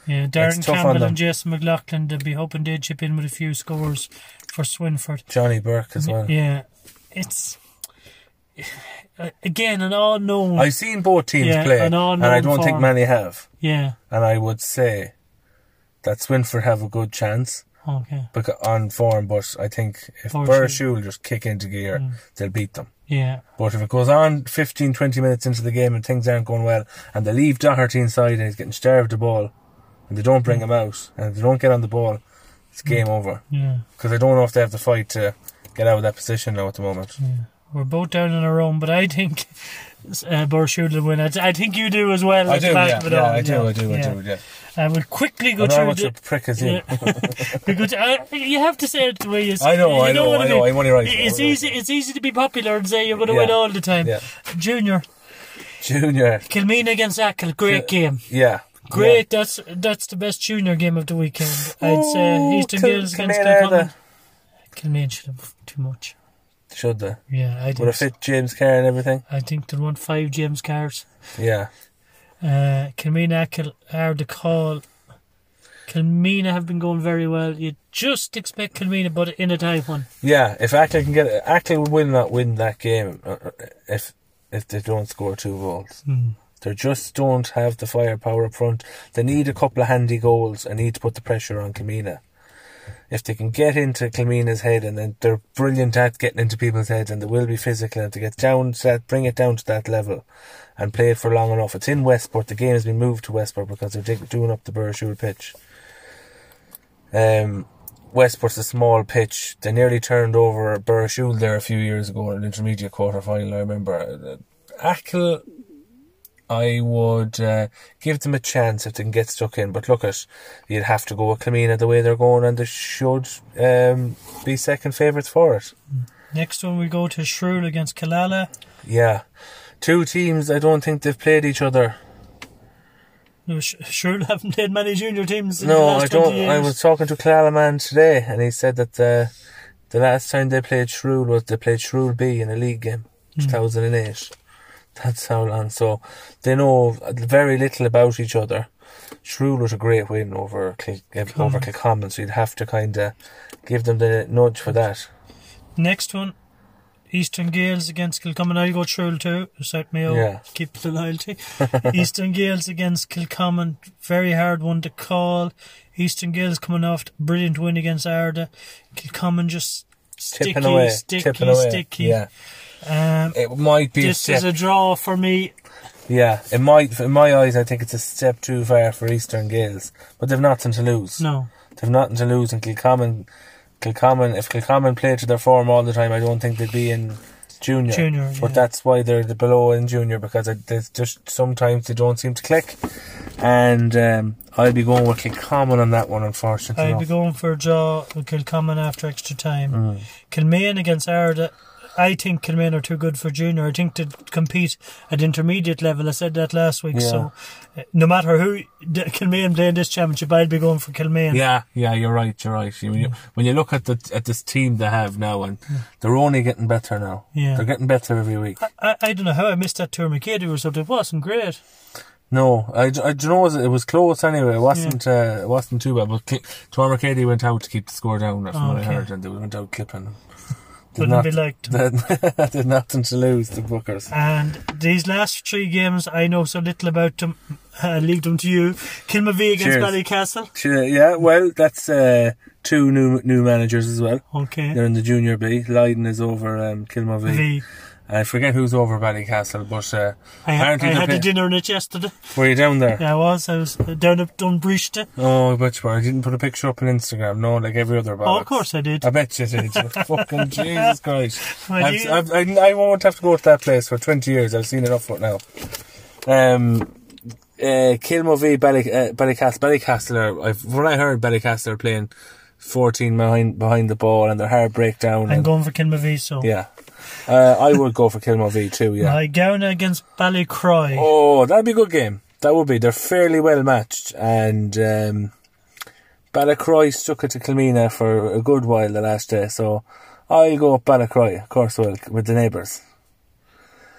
Speaker 2: Yeah,
Speaker 1: It's
Speaker 2: Darren
Speaker 1: tough on
Speaker 2: Campbell
Speaker 1: them.
Speaker 2: and Jason McLaughlin. They'll be hoping they chip in with a few scores for Swinford.
Speaker 1: Johnny Burke as well.
Speaker 2: Yeah, it's again an all known.
Speaker 1: I've seen both teams
Speaker 2: Yeah,
Speaker 1: play,
Speaker 2: and
Speaker 1: and,
Speaker 2: all
Speaker 1: I
Speaker 2: known
Speaker 1: don't think
Speaker 2: form.
Speaker 1: many have.
Speaker 2: yeah.
Speaker 1: And I would say that Swinford have a good chance
Speaker 2: Okay.
Speaker 1: because, on form, but I think if
Speaker 2: Or
Speaker 1: Burshul just kick into gear,
Speaker 2: Mm.
Speaker 1: they'll beat them.
Speaker 2: Yeah.
Speaker 1: But if it goes on 15, 20 minutes into the game and things aren't going well, and they leave Doherty inside and he's getting starved the ball, and they don't
Speaker 2: Mm.
Speaker 1: bring him out, and if they don't get on the ball, it's game over.
Speaker 2: Yeah.
Speaker 1: Because I don't know if they have the fight to get out of that position now at the moment.
Speaker 2: We're both down on our own, but I think uh, Borshud will win. I, I think you do as well.
Speaker 1: I
Speaker 2: at
Speaker 1: do,
Speaker 2: the back
Speaker 1: yeah,
Speaker 2: of it
Speaker 1: yeah,
Speaker 2: all,
Speaker 1: I do,
Speaker 2: yeah,
Speaker 1: I do, I
Speaker 2: yeah.
Speaker 1: do, yeah.
Speaker 2: I will quickly
Speaker 1: I
Speaker 2: go
Speaker 1: know how
Speaker 2: through.
Speaker 1: much
Speaker 2: The,
Speaker 1: a prick is
Speaker 2: yeah.
Speaker 1: you.
Speaker 2: We go to- uh, you have to say it the way you. s-
Speaker 1: I know,
Speaker 2: you
Speaker 1: I know,
Speaker 2: what
Speaker 1: I know,
Speaker 2: mean.
Speaker 1: I'm only right.
Speaker 2: It's
Speaker 1: I'm only
Speaker 2: easy. It's easy to be popular and say you're going to
Speaker 1: Yeah.
Speaker 2: win all the time.
Speaker 1: Yeah.
Speaker 2: Junior
Speaker 1: Junior,
Speaker 2: Kilmeen against Ackle, great game.
Speaker 1: yeah.
Speaker 2: Great. That's that's the best junior game of the weekend. I'd
Speaker 1: Ooh,
Speaker 2: say Eastern
Speaker 1: Kil-
Speaker 2: Gills against
Speaker 1: Kilmaine are
Speaker 2: Kilcommon. Kilmaine should have too much.
Speaker 1: Yeah. Should they?
Speaker 2: Yeah, I
Speaker 1: Would
Speaker 2: think.
Speaker 1: it
Speaker 2: So.
Speaker 1: fit James Kerr and everything?
Speaker 2: I think they won five James Cars.
Speaker 1: Yeah.
Speaker 2: Uh, Kilmina Ackle are the call. Kilmina have been going very well. You just expect Kilmina, but in a tight one.
Speaker 1: Yeah, if Ackley can get Ackley would win that win that game uh, uh, if if they don't score two goals. They just don't have the firepower up front. They need a couple of handy goals and need to put the pressure on Kamina. If they can get into Kamina's head and then they're brilliant at getting into people's heads and they will be physical and to get down to that bring it down to that level and play it for long enough. It's in Westport. The game has been moved to Westport because they're dig- doing up the Burshul pitch. Um, Westport's a small pitch. They nearly turned over Burshul there a few years ago in an intermediate quarter final. I remember. uh, Ackle, I would uh, give them a chance if they can get stuck in. But look at, you'd have to go with Clemina the way they're going, and they should um, be second favourites for it.
Speaker 2: Next one, we go to Shrule against Kalala.
Speaker 1: Yeah, two teams. I don't think they've played each other.
Speaker 2: No, Sh- Shrule haven't played many junior teams in the
Speaker 1: No,
Speaker 2: last
Speaker 1: I don't.
Speaker 2: 20 years.
Speaker 1: I was talking to Clalaman today, and he said that the the last time they played Shrewd was they played Shrewd B in a league game,
Speaker 2: Hmm.
Speaker 1: two thousand and eight. That's how long. So they know very little about each other. Shrewd was a great win over Click, over Kilcommon, so you'd have to kind of give them the nudge for that.
Speaker 2: Next one Eastern Gales against Kilcommon. I'll go Trill too. South Mayo
Speaker 1: Yeah.
Speaker 2: keep the loyalty. Eastern Gales against Kilcommon, very hard one to call. Eastern Gales coming off the brilliant win against Arda. Kilcommon just sticky,
Speaker 1: tipping away,
Speaker 2: sticky,
Speaker 1: tipping away.
Speaker 2: sticky.
Speaker 1: Yeah,
Speaker 2: Um,
Speaker 1: it might be
Speaker 2: this
Speaker 1: a
Speaker 2: is a
Speaker 1: step.
Speaker 2: draw for me.
Speaker 1: yeah, in my in my eyes, I think it's a step too far for Eastern Gales, but they've nothing to lose.
Speaker 2: No,
Speaker 1: They've nothing to lose, and Kilcommon, Kilcommon, if Kilcommon played to their form all the time, I don't think they'd be in junior.
Speaker 2: Junior,
Speaker 1: But
Speaker 2: yeah.
Speaker 1: that's why they're the below in junior because it, there's just sometimes they don't seem to click. And um, I'll be going with Kilcommon on that one, unfortunately.
Speaker 2: I'll
Speaker 1: enough.
Speaker 2: be going for a draw with Kilcommon after extra time.
Speaker 1: Mm.
Speaker 2: Kilmaine against Arda. I think Kilmaine are too good for junior. I think to compete at intermediate level. I said that last week.
Speaker 1: Yeah.
Speaker 2: So uh, no matter who d- Kilmaine play in this championship, I'll be going for Kilmaine.
Speaker 3: Yeah, yeah, you're right. You're right. You- When you when you look at the at this team they have now, and
Speaker 1: They're only getting better now.
Speaker 2: Yeah.
Speaker 1: They're getting better every week.
Speaker 2: I, I don't know how I missed that tour McKay or something. It wasn't great.
Speaker 1: No, I, I do you know it was close anyway. It wasn't uh, it wasn't too bad. But Cl- Tom Arcady went out to keep the score down. That's what I
Speaker 2: Okay.
Speaker 1: heard, and they went out clipping.
Speaker 2: Wouldn't be liked.
Speaker 1: They had nothing to lose. The Bookers.
Speaker 2: And these last three games, I know so little about them. I leave them to you. Kilmavie against
Speaker 1: Cheers.
Speaker 2: Ballycastle.
Speaker 1: Ch- Yeah, well, that's uh, two new new managers as well.
Speaker 2: Okay.
Speaker 1: They're in the junior B. Leiden is over um, Kilmavie.
Speaker 2: V.
Speaker 1: I forget who's over Ballycastle, but uh,
Speaker 2: I, had, I
Speaker 1: Apparently they're
Speaker 2: had a
Speaker 1: playing-
Speaker 2: dinner in it yesterday.
Speaker 1: were you down there?
Speaker 2: Yeah, I was. I was uh, down at Dunbrista.
Speaker 1: Oh, I bet you were. I didn't put a picture up on Instagram. No, like every other.
Speaker 2: Oh, of
Speaker 1: bollocks.
Speaker 2: course I did.
Speaker 1: I bet you did. Fucking Jesus Christ.
Speaker 2: Well,
Speaker 1: I've,
Speaker 2: you-
Speaker 1: I've, I, I won't have to go to that place for 20 years. I've seen enough of it now. Um, uh, Kilmovie, Ballyc- uh, Ballycastle. Ballycastle are, I've, when I heard Ballycastle are playing 14 behind, behind the ball and their heart break down.
Speaker 2: I'm
Speaker 1: And,
Speaker 2: going for Kilmavie, so.
Speaker 1: yeah. Uh, I would go for Kilmovie too, yeah.
Speaker 2: My gown against Ballycroy.
Speaker 1: Oh, that'd be a good game. That would be. They're fairly well matched, and um, Balacroy stuck it to Kilmina for a good while the last day. So I'll go with Balacroy, of course, well, with the neighbours.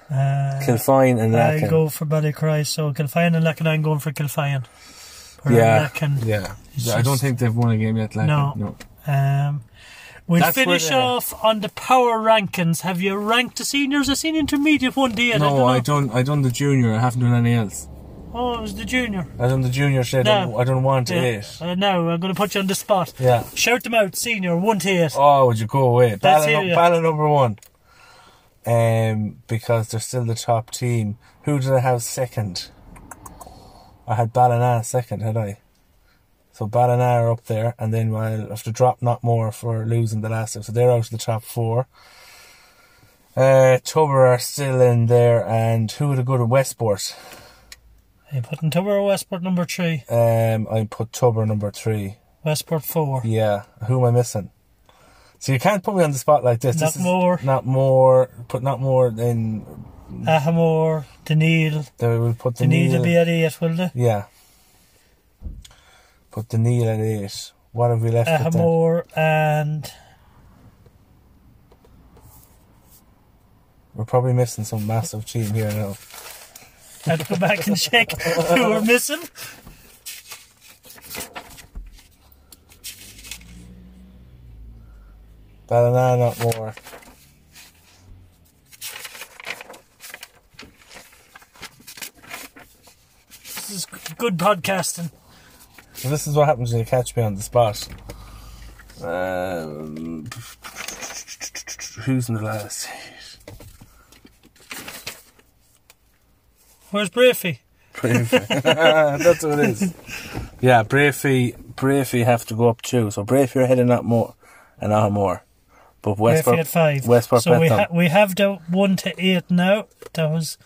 Speaker 2: Uh,
Speaker 1: Kilfine and
Speaker 2: I
Speaker 1: Lacken.
Speaker 2: go for Ballycroy, so Kilfyan and Lacken, I'm going for Kilfyan. Or
Speaker 1: Yeah.
Speaker 2: Lacken.
Speaker 3: yeah,
Speaker 2: It's
Speaker 3: I don't
Speaker 2: just-
Speaker 3: think they've won a game yet. Like
Speaker 2: No. Um, we'll
Speaker 3: That's where
Speaker 2: finish
Speaker 3: they-
Speaker 2: off on the power rankings. Have you ranked the seniors? I've seen intermediate one day. and I
Speaker 3: No,
Speaker 2: don't
Speaker 3: I
Speaker 2: know.
Speaker 3: don't. I done the junior. I haven't done any else.
Speaker 2: Oh, it was the junior.
Speaker 1: I don't. The junior said I,
Speaker 2: No.
Speaker 1: don't, I don't want
Speaker 2: Yeah.
Speaker 1: it.
Speaker 2: Uh, no, I'm going to put you on the spot.
Speaker 1: Yeah.
Speaker 2: Shout them out, senior, 1 to 8.
Speaker 1: Oh, would you go away?
Speaker 2: That's
Speaker 1: Ballon,
Speaker 2: it, yeah.
Speaker 1: Ballon number one. Um, because they're still the top team. Who did I have second? I had Ballina second, had I? So Ballina are up there, and then I'll have to drop not more for losing the last time. So they're out of the top four. Uh, Tubber are still in there, and who would have go to Westport?
Speaker 2: I'm putting Tower Westport number 3,
Speaker 1: Um, I put Tubber number three.
Speaker 2: Westport 4.
Speaker 1: Yeah, who am I missing? So you can't put me on the spot like this. this
Speaker 2: Not more.
Speaker 1: Is not more. Put not more than Mm.
Speaker 2: Ahamore, Dunedin.
Speaker 1: they will put the
Speaker 2: Dunedin
Speaker 1: needle.
Speaker 2: will be at 8, will they?
Speaker 1: yeah. Put the needle at eight. What have we left? with then?
Speaker 2: Ahamore Uh, and
Speaker 1: We're probably missing some massive team here now.
Speaker 2: I'd go back and check who we're missing.
Speaker 1: Ballina, not more.
Speaker 2: This is good podcasting.
Speaker 1: So this is what happens when you catch me on the spot. Um, who's in the last?
Speaker 2: Where's Brafey?
Speaker 1: Brafey. That's what it is. Yeah, Brafey, Brafey have to go up too. So Brafey are heading up more and not more. But Westport,
Speaker 2: Brafey at five.
Speaker 1: Westport
Speaker 2: so we,
Speaker 1: Bethlehem.
Speaker 2: ha- we have the one to eight now. That was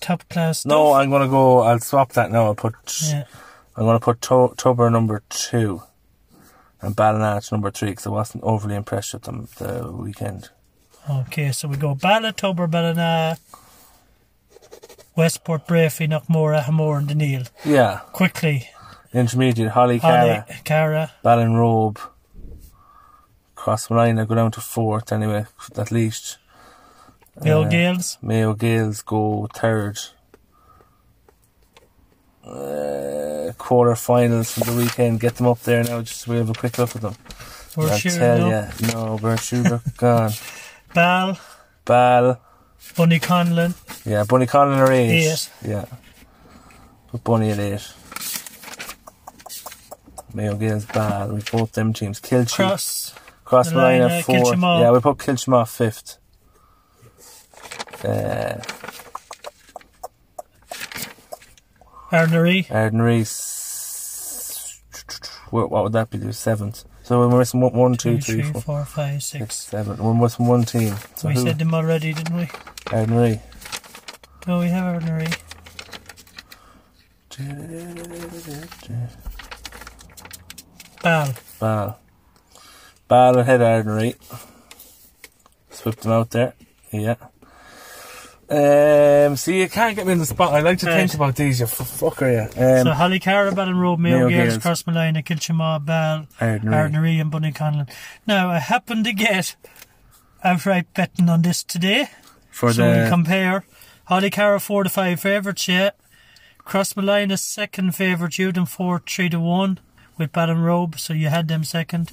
Speaker 2: top class. Stuff.
Speaker 1: no, I'm gonna go. I'll swap that now. I'll put.
Speaker 2: yeah.
Speaker 1: I'm gonna put to- Tubber number two, and Ballinat number three because I wasn't overly impressed with them the weekend.
Speaker 2: Okay, so we go Ballatober, Ballina, Westport, Brafey, Knockmore, Ahamore, and Dunedin.
Speaker 1: Yeah,
Speaker 2: Quickly,
Speaker 1: intermediate Holly
Speaker 2: Holly,
Speaker 1: Cara,
Speaker 2: Cara,
Speaker 1: Ballinrobe, Crossmalina go down to fourth anyway at least.
Speaker 2: Bill
Speaker 1: Uh,
Speaker 2: Gales.
Speaker 1: Mayo Gales go third. Uh, quarter finals from the weekend. Get them up there now just so we have a quick look at them.
Speaker 2: We're
Speaker 1: I
Speaker 2: sure,
Speaker 1: tell
Speaker 2: no?
Speaker 1: ya, no, Bertrude are gone.
Speaker 2: Ball,
Speaker 1: Ball.
Speaker 2: Bunny Conlon,
Speaker 1: Yeah, Bunny Conlon are eight.
Speaker 2: Eight.
Speaker 1: Yeah. But Bunny at eight. Mayo Gales Ball. We both them teams. Kilchee.
Speaker 2: Cross,
Speaker 1: Cross Malina,
Speaker 2: The line, uh,
Speaker 1: fourth.
Speaker 2: Kilchimoff.
Speaker 1: Yeah, we put Kilchimoff fifth. Uh,
Speaker 2: Arnery,
Speaker 1: Arden Reese. What what would that be? Seventh. So we're missing one, one two, three, four,
Speaker 2: four, five,
Speaker 1: six,
Speaker 2: six.
Speaker 1: seven. We're missing one team. So
Speaker 2: We
Speaker 1: who?
Speaker 2: said them already, didn't we?
Speaker 1: Arden Reese.
Speaker 2: No, we have Arnery. Ball,
Speaker 1: Ball. Ball ahead Arden Reese. Swept them out there. Yeah. Um, see, you can't get me in the spot. I like to
Speaker 2: Right.
Speaker 1: think about these, you f- fucker, yeah. Um,
Speaker 2: so Holly Cara, Ballon Road, Mayo
Speaker 1: Mayo
Speaker 2: Gales,
Speaker 1: Gales.
Speaker 2: Cross Malina, Kilchimar, Ball,
Speaker 1: Arden Reese.
Speaker 2: Arnery and Bunny Conlon. Now, I happened to get outright betting on this today.
Speaker 1: For
Speaker 2: so
Speaker 1: the.
Speaker 2: we compare. Holly Cara four to five favourites, yeah. Cross Malina second favourite, Juden four three to one with Baden Robe, so you had them second.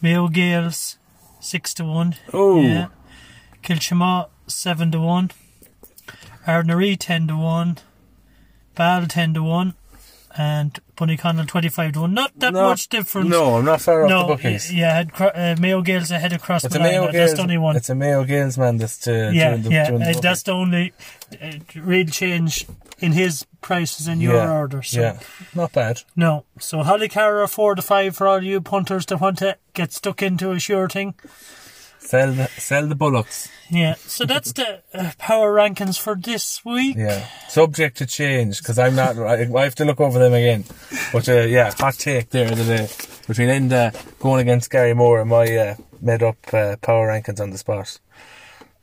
Speaker 2: Mayo Gales six to one.
Speaker 1: Ooh.
Speaker 2: Yeah. Kilchima seven to one. Ardnaree ten to one. Ball ten to one. And Bunny Connell twenty five to one. Not that
Speaker 1: No,
Speaker 2: much difference.
Speaker 1: No, I'm not far off the
Speaker 2: No,
Speaker 1: bookings.
Speaker 2: yeah, I had Cro- uh, Mayo Gales ahead of Cross
Speaker 1: It's a Mayo
Speaker 2: Malina. That's the only one
Speaker 1: Gales. It's a Mayo Gales man that's to,
Speaker 2: yeah,
Speaker 1: doing the,
Speaker 2: yeah.
Speaker 1: doing the
Speaker 2: uh,
Speaker 1: booking.
Speaker 2: that's the only uh, real change in his prices and your
Speaker 1: yeah.
Speaker 2: order. So
Speaker 1: Yeah, not bad.
Speaker 2: no. So Holly Carrer four to five for all you punters that want to get stuck into a sure thing.
Speaker 1: Sell the sell the bullocks.
Speaker 2: Yeah. So that's the uh, power rankings for this week.
Speaker 1: Yeah, subject to change because I'm not. I, I have to look over them again. But uh, yeah, hot take there of the day between Enda going against Gary Moore and my uh, made up uh, power rankings on the spot.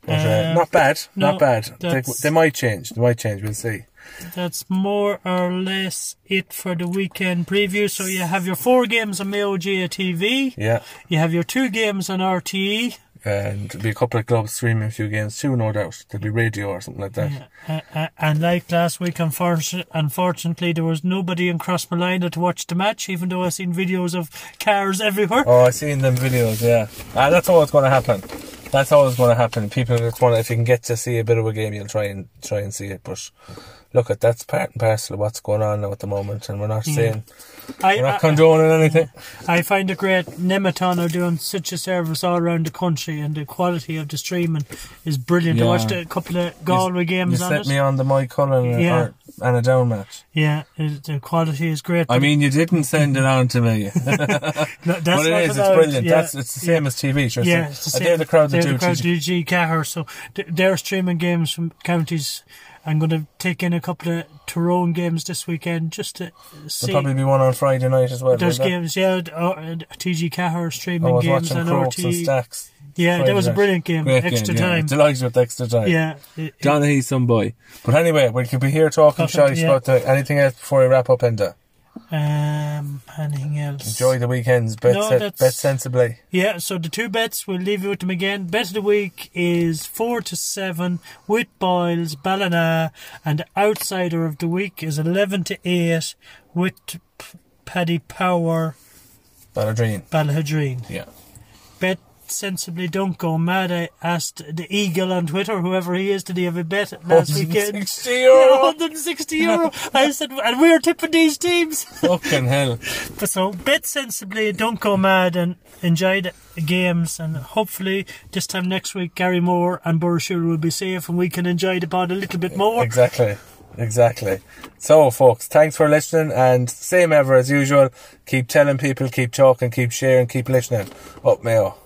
Speaker 1: But, uh,
Speaker 2: Uh,
Speaker 1: not bad,
Speaker 2: no,
Speaker 1: not bad. They,
Speaker 2: that's-
Speaker 1: they might change. They might change. We'll see.
Speaker 2: That's more or less it for the weekend preview. So you have your four games on Mayo GA TV.
Speaker 1: Yeah,
Speaker 2: You have your two games on E. RTE.
Speaker 1: and there'll be a couple of clubs streaming a few games too, no doubt. There'll be radio or something like that.
Speaker 2: Uh, uh, and like last week, unfortunately, unfortunately, there was nobody in Cross Malina to watch the match, even though i seen videos of cars everywhere.
Speaker 1: Oh, i seen them videos, yeah. Ah, that's always going to happen. That's always going to happen. People just want to, if you can get to see a bit of a game, you'll try and try and see it. But look, at that's part and parcel of what's going on now at the moment, and we're not saying
Speaker 2: I,
Speaker 1: we're not
Speaker 2: I,
Speaker 1: condoning anything.
Speaker 2: I find it great. Nematon are doing such a service all around the country, and the quality of the streaming is brilliant. I
Speaker 1: Yeah.
Speaker 2: watched a couple of
Speaker 1: You-
Speaker 2: Galway games
Speaker 1: you
Speaker 2: on
Speaker 1: set
Speaker 2: it.
Speaker 1: me on the Mike Cullen
Speaker 2: Yeah.
Speaker 1: or Anna Down match.
Speaker 2: Yeah, it, the quality is great.
Speaker 1: I mean, you didn't send it on to me,
Speaker 2: No, that's
Speaker 1: but
Speaker 2: not
Speaker 1: it is. It's
Speaker 2: allowed,
Speaker 1: brilliant.
Speaker 2: yeah.
Speaker 1: That's it's the same as TV. Sure,
Speaker 2: Yeah,
Speaker 1: it's the same. They're the crowd that
Speaker 2: they're
Speaker 1: do
Speaker 2: the crowd
Speaker 1: TV.
Speaker 2: do G Cahir, so th- they're streaming games from counties. I'm going to take in a couple of Tyrone games this weekend just to see.
Speaker 1: There'll probably be one on Friday night as well.
Speaker 2: There's
Speaker 1: will there?
Speaker 2: games, yeah. d- oh, and TG Cahir
Speaker 1: I
Speaker 2: streaming
Speaker 1: was
Speaker 2: games
Speaker 1: watching
Speaker 2: on
Speaker 1: Crokes and
Speaker 2: RT.
Speaker 1: Stacks.
Speaker 2: E. Yeah, that
Speaker 1: Friday
Speaker 2: was a
Speaker 1: night.
Speaker 2: brilliant game.
Speaker 1: Great
Speaker 2: Extra
Speaker 1: game, yeah.
Speaker 2: time.
Speaker 1: Delighted with extra time.
Speaker 2: Yeah. it- it-
Speaker 3: John some boy.
Speaker 1: But anyway, we could be here talking
Speaker 2: Talking,
Speaker 1: shite
Speaker 2: yeah.
Speaker 1: about the, anything else before we wrap up, Enda.
Speaker 2: Um, anything else?
Speaker 1: Enjoy the weekends, bet,
Speaker 2: No,
Speaker 1: sen-
Speaker 2: that's-
Speaker 1: bet sensibly.
Speaker 2: Yeah, so the two bets, we'll leave you with them again. Bet of the week is 4 to 7 with Boyles, Ballina, and outsider of the week is 11 to 8 with P- Paddy Power,
Speaker 1: Balladrine.
Speaker 2: Ballahadreen.
Speaker 1: Yeah.
Speaker 2: Bet sensibly, don't go mad. I asked the Eagle on Twitter, whoever he is, did he have a bet last weekend?
Speaker 1: 60 euro.
Speaker 2: 160 euro. I said, and we're tipping these teams.
Speaker 1: Fucking hell.
Speaker 2: So bet sensibly, don't go mad, and enjoy the games. And hopefully, this time next week, Gary Moore and Borussia will be safe, and we can enjoy the pod a little bit more.
Speaker 1: Exactly. Exactly. So, folks, thanks for listening. And same ever as usual, keep telling people, keep talking, keep sharing, keep listening. Up, Mayo.